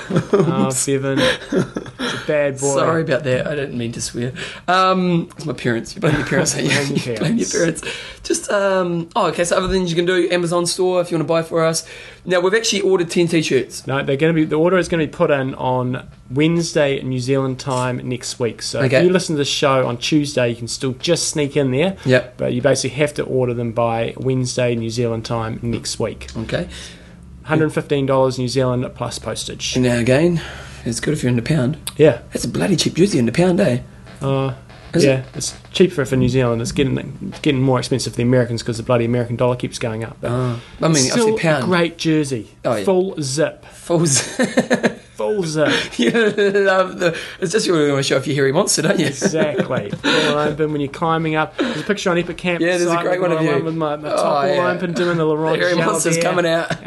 [SPEAKER 2] Oh, seven. It's a bad boy.
[SPEAKER 1] Sorry about that. I didn't mean to swear. Um, it's my parents. You blame your parents. don't you?
[SPEAKER 2] Blame your
[SPEAKER 1] You blame your
[SPEAKER 2] parents.
[SPEAKER 1] parents. Just um, oh, okay. So other things you can do, Amazon store if you want to buy for us. Now we've actually ordered ten t-shirts.
[SPEAKER 2] No, they're going to be. The order is going to be put in on Wednesday New Zealand time next week. So if
[SPEAKER 1] Okay.
[SPEAKER 2] you listen to the show on Tuesday, you can still just sneak in there.
[SPEAKER 1] Yep.
[SPEAKER 2] But you basically have to order them by Wednesday New Zealand time next week.
[SPEAKER 1] Okay.
[SPEAKER 2] $115 New Zealand plus postage.
[SPEAKER 1] And now again, it's good if you're in the pound.
[SPEAKER 2] Yeah.
[SPEAKER 1] That's a bloody cheap jersey in the pound, eh?
[SPEAKER 2] Uh,
[SPEAKER 1] Is
[SPEAKER 2] yeah, it's cheaper for New Zealand. It's getting it's getting more expensive for the Americans because the bloody American dollar keeps going up. But
[SPEAKER 1] Oh, I mean, I
[SPEAKER 2] still
[SPEAKER 1] said pound.
[SPEAKER 2] a great jersey,
[SPEAKER 1] Oh, yeah.
[SPEAKER 2] full zip,
[SPEAKER 1] Fools.
[SPEAKER 2] full zip.
[SPEAKER 1] you love the. It's just you want to show off your hairy monster, don't you?
[SPEAKER 2] Exactly. All open when you're climbing up. There's a picture on Epic Camp.
[SPEAKER 1] Yeah, there's a
[SPEAKER 2] site
[SPEAKER 1] great
[SPEAKER 2] with
[SPEAKER 1] one of
[SPEAKER 2] my-
[SPEAKER 1] you.
[SPEAKER 2] With my, my
[SPEAKER 1] Oh,
[SPEAKER 2] top all
[SPEAKER 1] yeah.
[SPEAKER 2] open, doing the
[SPEAKER 1] The
[SPEAKER 2] Laurent
[SPEAKER 1] hairy monster's coming out.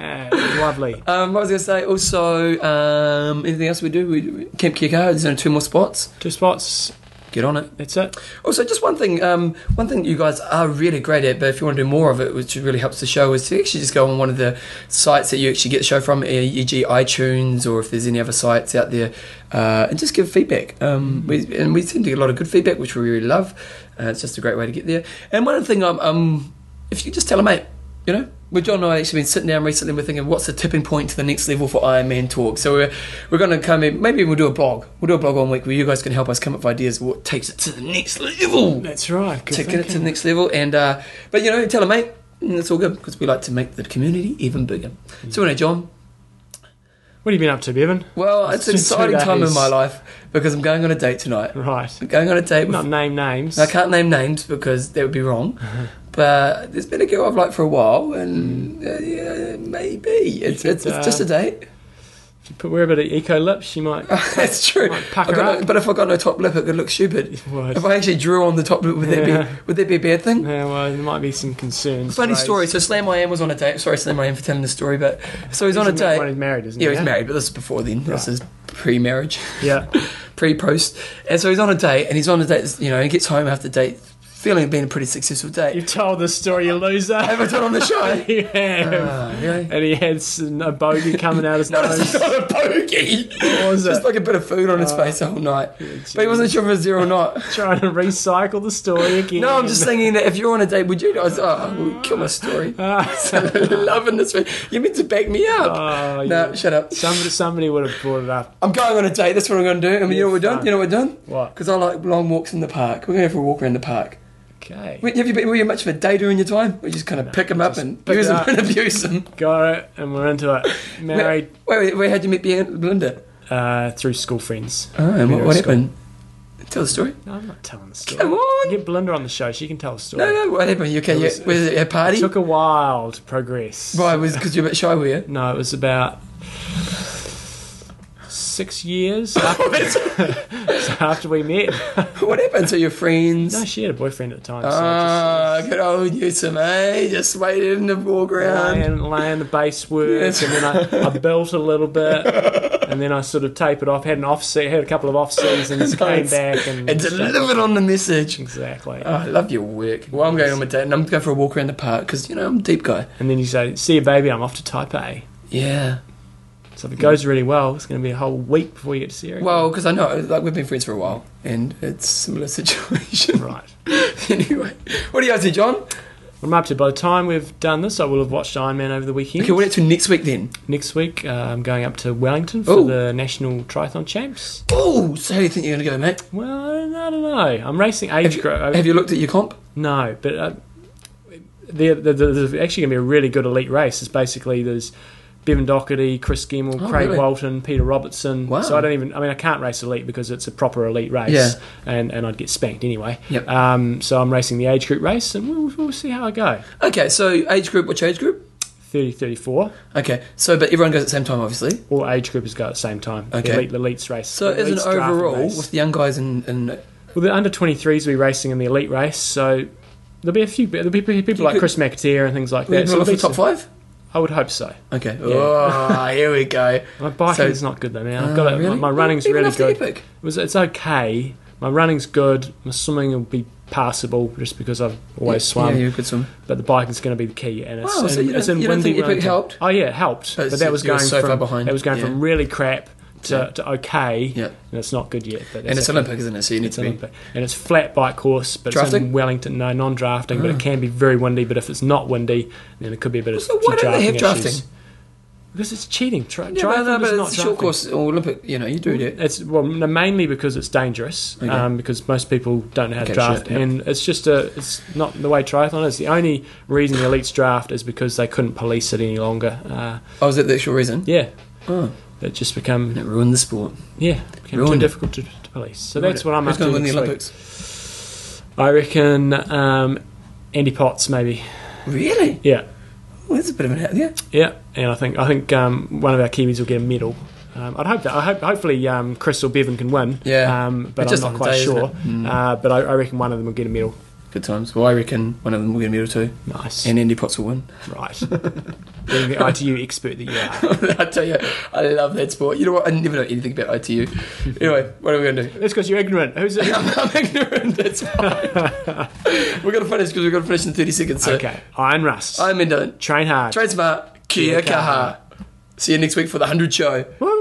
[SPEAKER 2] lovely.
[SPEAKER 1] Um, what was I going to say? Also, um, anything else we do? We, we Camp Kikar, there's only two more spots.
[SPEAKER 2] Two spots.
[SPEAKER 1] Get on it.
[SPEAKER 2] That's it.
[SPEAKER 1] Also, just one thing, um, one thing you guys are really great at, but if you want to do more of it, which really helps the show, is to actually just go on one of the sites that you actually get the show from, e- e.g., iTunes, or if there's any other sites out there, uh, and just give feedback. Um, we, and we tend to get a lot of good feedback, which we really love. Uh, it's just a great way to get there. And one other thing, um, um, if you just tell a mate, you know, well, John and I actually been sitting down recently. We're thinking, what's the tipping point to the next level for Iron Man talk? So we're we're going to come in. Maybe we'll do a blog. We'll do a blog one week where you guys can help us come up with ideas. What takes it to the next level?
[SPEAKER 2] That's right. Good
[SPEAKER 1] to get it to
[SPEAKER 2] thinking.
[SPEAKER 1] the next level. And uh, but you know, tell a mate, and it's all good because we like to make the community even bigger. So anyway, John.
[SPEAKER 2] What have you been up to, Bevan?
[SPEAKER 1] Well, it's
[SPEAKER 2] It's
[SPEAKER 1] an
[SPEAKER 2] just two
[SPEAKER 1] exciting time in
[SPEAKER 2] days.
[SPEAKER 1] my life because I'm going on a date tonight.
[SPEAKER 2] Right.
[SPEAKER 1] I'm going on a date with
[SPEAKER 2] Not name names.
[SPEAKER 1] I can't name names because that would be wrong. But there's been a girl I've liked for a while, and
[SPEAKER 2] Hmm.
[SPEAKER 1] uh, yeah, maybe it's,
[SPEAKER 2] could,
[SPEAKER 1] it's, it's just a
[SPEAKER 2] uh,
[SPEAKER 1] date.
[SPEAKER 2] If you put wear a bit of eco lips, you might.
[SPEAKER 1] Ah. That's true.
[SPEAKER 2] might
[SPEAKER 1] I've
[SPEAKER 2] pucker
[SPEAKER 1] got no-
[SPEAKER 2] up.
[SPEAKER 1] but if I got no top lip, it could look stupid.
[SPEAKER 2] Would.
[SPEAKER 1] If I actually drew on the top lip, would that
[SPEAKER 2] Yeah.
[SPEAKER 1] be would that be a bad thing?
[SPEAKER 2] Yeah, well, uh, there might be some concerns.
[SPEAKER 1] Funny
[SPEAKER 2] raised.
[SPEAKER 1] story. So Slam I Am was on a date. Sorry, Slam I Am for telling the story, but so he's on a
[SPEAKER 2] Isn't that
[SPEAKER 1] date.
[SPEAKER 2] when he's married, isn't
[SPEAKER 1] yeah,
[SPEAKER 2] he?
[SPEAKER 1] he's married, but this is before then. This
[SPEAKER 2] Right.
[SPEAKER 1] is pre-marriage,
[SPEAKER 2] Yeah.
[SPEAKER 1] pre-post. And so he's on a date, and he's on a date. You know, he gets home after date, feeling it'd been a pretty successful date.
[SPEAKER 2] you told the story, you loser.
[SPEAKER 1] Have I done on the show?
[SPEAKER 2] you have.
[SPEAKER 1] Ah, really?
[SPEAKER 2] and he had some, a bogey coming out his
[SPEAKER 1] No, it's
[SPEAKER 2] nose.
[SPEAKER 1] not a pokey.
[SPEAKER 2] What was
[SPEAKER 1] Just
[SPEAKER 2] it?
[SPEAKER 1] like a bit of food on his face the whole night. But he wasn't sure if it was zero or not.
[SPEAKER 2] Trying to recycle the story again.
[SPEAKER 1] No, I'm just thinking that if you're on a date, would you? I was, oh, well, kill my story. So loving this. Way. You meant to back me up.
[SPEAKER 2] Oh,
[SPEAKER 1] no,
[SPEAKER 2] yeah.
[SPEAKER 1] shut up.
[SPEAKER 2] Somebody, somebody would have brought it up.
[SPEAKER 1] I'm going on a date. That's what I'm going to do. I mean, you know what we're doing? You know what we're doing?
[SPEAKER 2] What?
[SPEAKER 1] Because I like long walks in the park. We're going to have a walk around the park.
[SPEAKER 2] Okay.
[SPEAKER 1] Wait, Have you been, were you much of a dater in your time? Or you just kind of pick 'em pick them up and
[SPEAKER 2] pick
[SPEAKER 1] use
[SPEAKER 2] it
[SPEAKER 1] them
[SPEAKER 2] up.
[SPEAKER 1] and abuse them?
[SPEAKER 2] Got it, and we're into it. Married
[SPEAKER 1] Wait, wait, wait how'd you meet Belinda?
[SPEAKER 2] uh, through school friends.
[SPEAKER 1] Oh, and what,
[SPEAKER 2] Yeah,
[SPEAKER 1] what
[SPEAKER 2] it's cool.
[SPEAKER 1] happened? Tell the story.
[SPEAKER 2] No, I'm not telling the story.
[SPEAKER 1] Come on.
[SPEAKER 2] Get Belinda on the show. She can tell the story.
[SPEAKER 1] No, no, what happened? You okay?
[SPEAKER 2] It
[SPEAKER 1] You,
[SPEAKER 2] was-
[SPEAKER 1] was, it a
[SPEAKER 2] It
[SPEAKER 1] party?
[SPEAKER 2] took a while to progress.
[SPEAKER 1] Why? Was because you're a bit shy, were you?
[SPEAKER 2] No, it was about six years
[SPEAKER 1] Oh,
[SPEAKER 2] after, so after we met.
[SPEAKER 1] What happened to your friends?
[SPEAKER 2] No, she had a boyfriend at the time. So
[SPEAKER 1] Ah, good old Newsom, eh? Just waited in the foreground.
[SPEAKER 2] laying, laying the base work,
[SPEAKER 1] Yes.
[SPEAKER 2] and then I, I built a little bit, and then I sort of tapered off. Had an offset, had a couple of off seasons, came
[SPEAKER 1] Nice.
[SPEAKER 2] back, and,
[SPEAKER 1] And delivered on the message.
[SPEAKER 2] exactly.
[SPEAKER 1] Oh, I love your work. Well, I'm going on my date and I'm going for a walk around the park because, you know, I'm a deep guy.
[SPEAKER 2] And then you say, "See you, baby. I'm off to Taipei."
[SPEAKER 1] Yeah.
[SPEAKER 2] So if it goes really well, it's going to be a whole week before you get to see her. again.
[SPEAKER 1] Hmm. Well, because I know, like, we've been friends for a while and it's a similar situation.
[SPEAKER 2] right.
[SPEAKER 1] anyway, what are you up to, John?
[SPEAKER 2] What I'm up to by the time we've done this, I will have watched Iron Man over the weekend.
[SPEAKER 1] Okay, what are you up to next week then?
[SPEAKER 2] Next week, uh, I'm going up to Wellington for
[SPEAKER 1] Ooh.
[SPEAKER 2] the National Triathlon Champs.
[SPEAKER 1] Oh, so how do you think you're going to go, mate?
[SPEAKER 2] Well, I don't, I don't know. I'm racing age
[SPEAKER 1] Have you,
[SPEAKER 2] group.
[SPEAKER 1] have you looked at your comp?
[SPEAKER 2] No, but uh, they're, they're, they're actually going to be a really good elite race. It's basically there's Bevan Doherty, Chris Gemmell,
[SPEAKER 1] Oh,
[SPEAKER 2] Craig
[SPEAKER 1] really?
[SPEAKER 2] Walton, Peter Robertson.
[SPEAKER 1] Wow.
[SPEAKER 2] So I don't even. I mean, I can't race elite because it's a proper elite race,
[SPEAKER 1] Yeah.
[SPEAKER 2] and and I'd get spanked anyway.
[SPEAKER 1] Yep.
[SPEAKER 2] Um, so I'm racing the age group race, and we'll, we'll see how I go.
[SPEAKER 1] Okay, so age group, which age group?
[SPEAKER 2] 30, 34.
[SPEAKER 1] Okay, so but everyone goes at the same time, obviously.
[SPEAKER 2] All age groupers go at the same time. The
[SPEAKER 1] Okay.
[SPEAKER 2] elite, the elites race.
[SPEAKER 1] So
[SPEAKER 2] the
[SPEAKER 1] as an
[SPEAKER 2] elites draft
[SPEAKER 1] overall,
[SPEAKER 2] race.
[SPEAKER 1] with the young guys and, and
[SPEAKER 2] Well, the under 23s will be racing in the elite race, so There'll be a few. There'll be people people like
[SPEAKER 1] could-
[SPEAKER 2] Chris McAteer and things like
[SPEAKER 1] We're
[SPEAKER 2] that.
[SPEAKER 1] going
[SPEAKER 2] it'll
[SPEAKER 1] for
[SPEAKER 2] be
[SPEAKER 1] top
[SPEAKER 2] some-
[SPEAKER 1] five?
[SPEAKER 2] I would hope so.
[SPEAKER 1] Okay. Oh, here we go.
[SPEAKER 2] My biking's
[SPEAKER 1] So-
[SPEAKER 2] not good though, man. I've got
[SPEAKER 1] Oh,
[SPEAKER 2] it.
[SPEAKER 1] really?
[SPEAKER 2] My, my running's
[SPEAKER 1] Even
[SPEAKER 2] really
[SPEAKER 1] after
[SPEAKER 2] good.
[SPEAKER 1] Epic?
[SPEAKER 2] It was it's okay. My running's good. My swimming will be passable just because I've always swum.
[SPEAKER 1] Yeah, you could swim.
[SPEAKER 2] but the bike is going to be the key, and it's,
[SPEAKER 1] Wow, so
[SPEAKER 2] and
[SPEAKER 1] you
[SPEAKER 2] it's
[SPEAKER 1] don't-
[SPEAKER 2] in
[SPEAKER 1] you don't
[SPEAKER 2] windy
[SPEAKER 1] think Epic
[SPEAKER 2] Wellington.
[SPEAKER 1] helped?
[SPEAKER 2] Oh yeah, it helped,
[SPEAKER 1] Oh,
[SPEAKER 2] but
[SPEAKER 1] so
[SPEAKER 2] that was
[SPEAKER 1] you were
[SPEAKER 2] going
[SPEAKER 1] so
[SPEAKER 2] from
[SPEAKER 1] far behind.
[SPEAKER 2] that was going
[SPEAKER 1] Yeah.
[SPEAKER 2] from really crap to,
[SPEAKER 1] Yeah.
[SPEAKER 2] to okay,
[SPEAKER 1] Yeah.
[SPEAKER 2] and it's not good yet. But
[SPEAKER 1] And it's
[SPEAKER 2] okay.
[SPEAKER 1] Olympic, isn't it? So you need
[SPEAKER 2] It's
[SPEAKER 1] to be.
[SPEAKER 2] Olympic. and it's flat bike course, but it's
[SPEAKER 1] Drafting?
[SPEAKER 2] in Wellington. No, non-drafting, but it can be very windy. But if it's not windy, then it could be a bit of
[SPEAKER 1] Oh. So why
[SPEAKER 2] some
[SPEAKER 1] don't they have
[SPEAKER 2] drafting
[SPEAKER 1] drafting?
[SPEAKER 2] issues. Because it's cheating. Tra-
[SPEAKER 1] Yeah,
[SPEAKER 2] driving
[SPEAKER 1] but, no,
[SPEAKER 2] is
[SPEAKER 1] but
[SPEAKER 2] not
[SPEAKER 1] it's a short
[SPEAKER 2] drafting.
[SPEAKER 1] course or Olympic. You know, you do that.
[SPEAKER 2] It's well no, mainly because it's dangerous,
[SPEAKER 1] Okay.
[SPEAKER 2] um, because most people don't know how
[SPEAKER 1] Okay,
[SPEAKER 2] to draft,
[SPEAKER 1] shit, yeah.
[SPEAKER 2] and it's just a it's not the way triathlon is. The only reason the elites draft is because they couldn't police it any longer. Uh,
[SPEAKER 1] Oh, is that the actual reason?
[SPEAKER 2] yeah,
[SPEAKER 1] Oh,
[SPEAKER 2] it just
[SPEAKER 1] and
[SPEAKER 2] become
[SPEAKER 1] it ruined the sport.
[SPEAKER 2] yeah became too
[SPEAKER 1] Ruined it.
[SPEAKER 2] difficult to, to police. So that's what I'm
[SPEAKER 1] Who's
[SPEAKER 2] up to
[SPEAKER 1] going to win the
[SPEAKER 2] next week.
[SPEAKER 1] Olympics?
[SPEAKER 2] I reckon um, Andy Potts maybe.
[SPEAKER 1] Really?
[SPEAKER 2] Yeah,
[SPEAKER 1] Oh, that's a bit of an yeah.
[SPEAKER 2] yeah, and I think I think um, one of our Kiwis will get a medal. Um, I'd hope that. I hope hopefully um, Chris or Bevan can win.
[SPEAKER 1] Yeah.
[SPEAKER 2] um, but
[SPEAKER 1] It's just
[SPEAKER 2] I'm
[SPEAKER 1] on
[SPEAKER 2] not
[SPEAKER 1] the
[SPEAKER 2] quite
[SPEAKER 1] day, isn't
[SPEAKER 2] sure.
[SPEAKER 1] it? Mm.
[SPEAKER 2] Uh, but I, I reckon one of them will get a medal.
[SPEAKER 1] Good times. Well, I reckon one of them will get a medal too,
[SPEAKER 2] Nice.
[SPEAKER 1] and Andy Potts will win.
[SPEAKER 2] Right. Being the ITU expert that you are.
[SPEAKER 1] I tell you, I love that sport. You know what? I never know anything about ITU. Anyway, what are we going to do?
[SPEAKER 2] That's because you're ignorant. Who's it?
[SPEAKER 1] I'm, I'm ignorant. That's fine. we're going to finish because we're going to finish in 30 seconds. So
[SPEAKER 2] Okay. Iron Rust.
[SPEAKER 1] I'm Mendo.
[SPEAKER 2] Train hard.
[SPEAKER 1] Trade smart. Kia
[SPEAKER 2] Kia
[SPEAKER 1] kaha. See you next week for the 100 show.
[SPEAKER 2] Woo!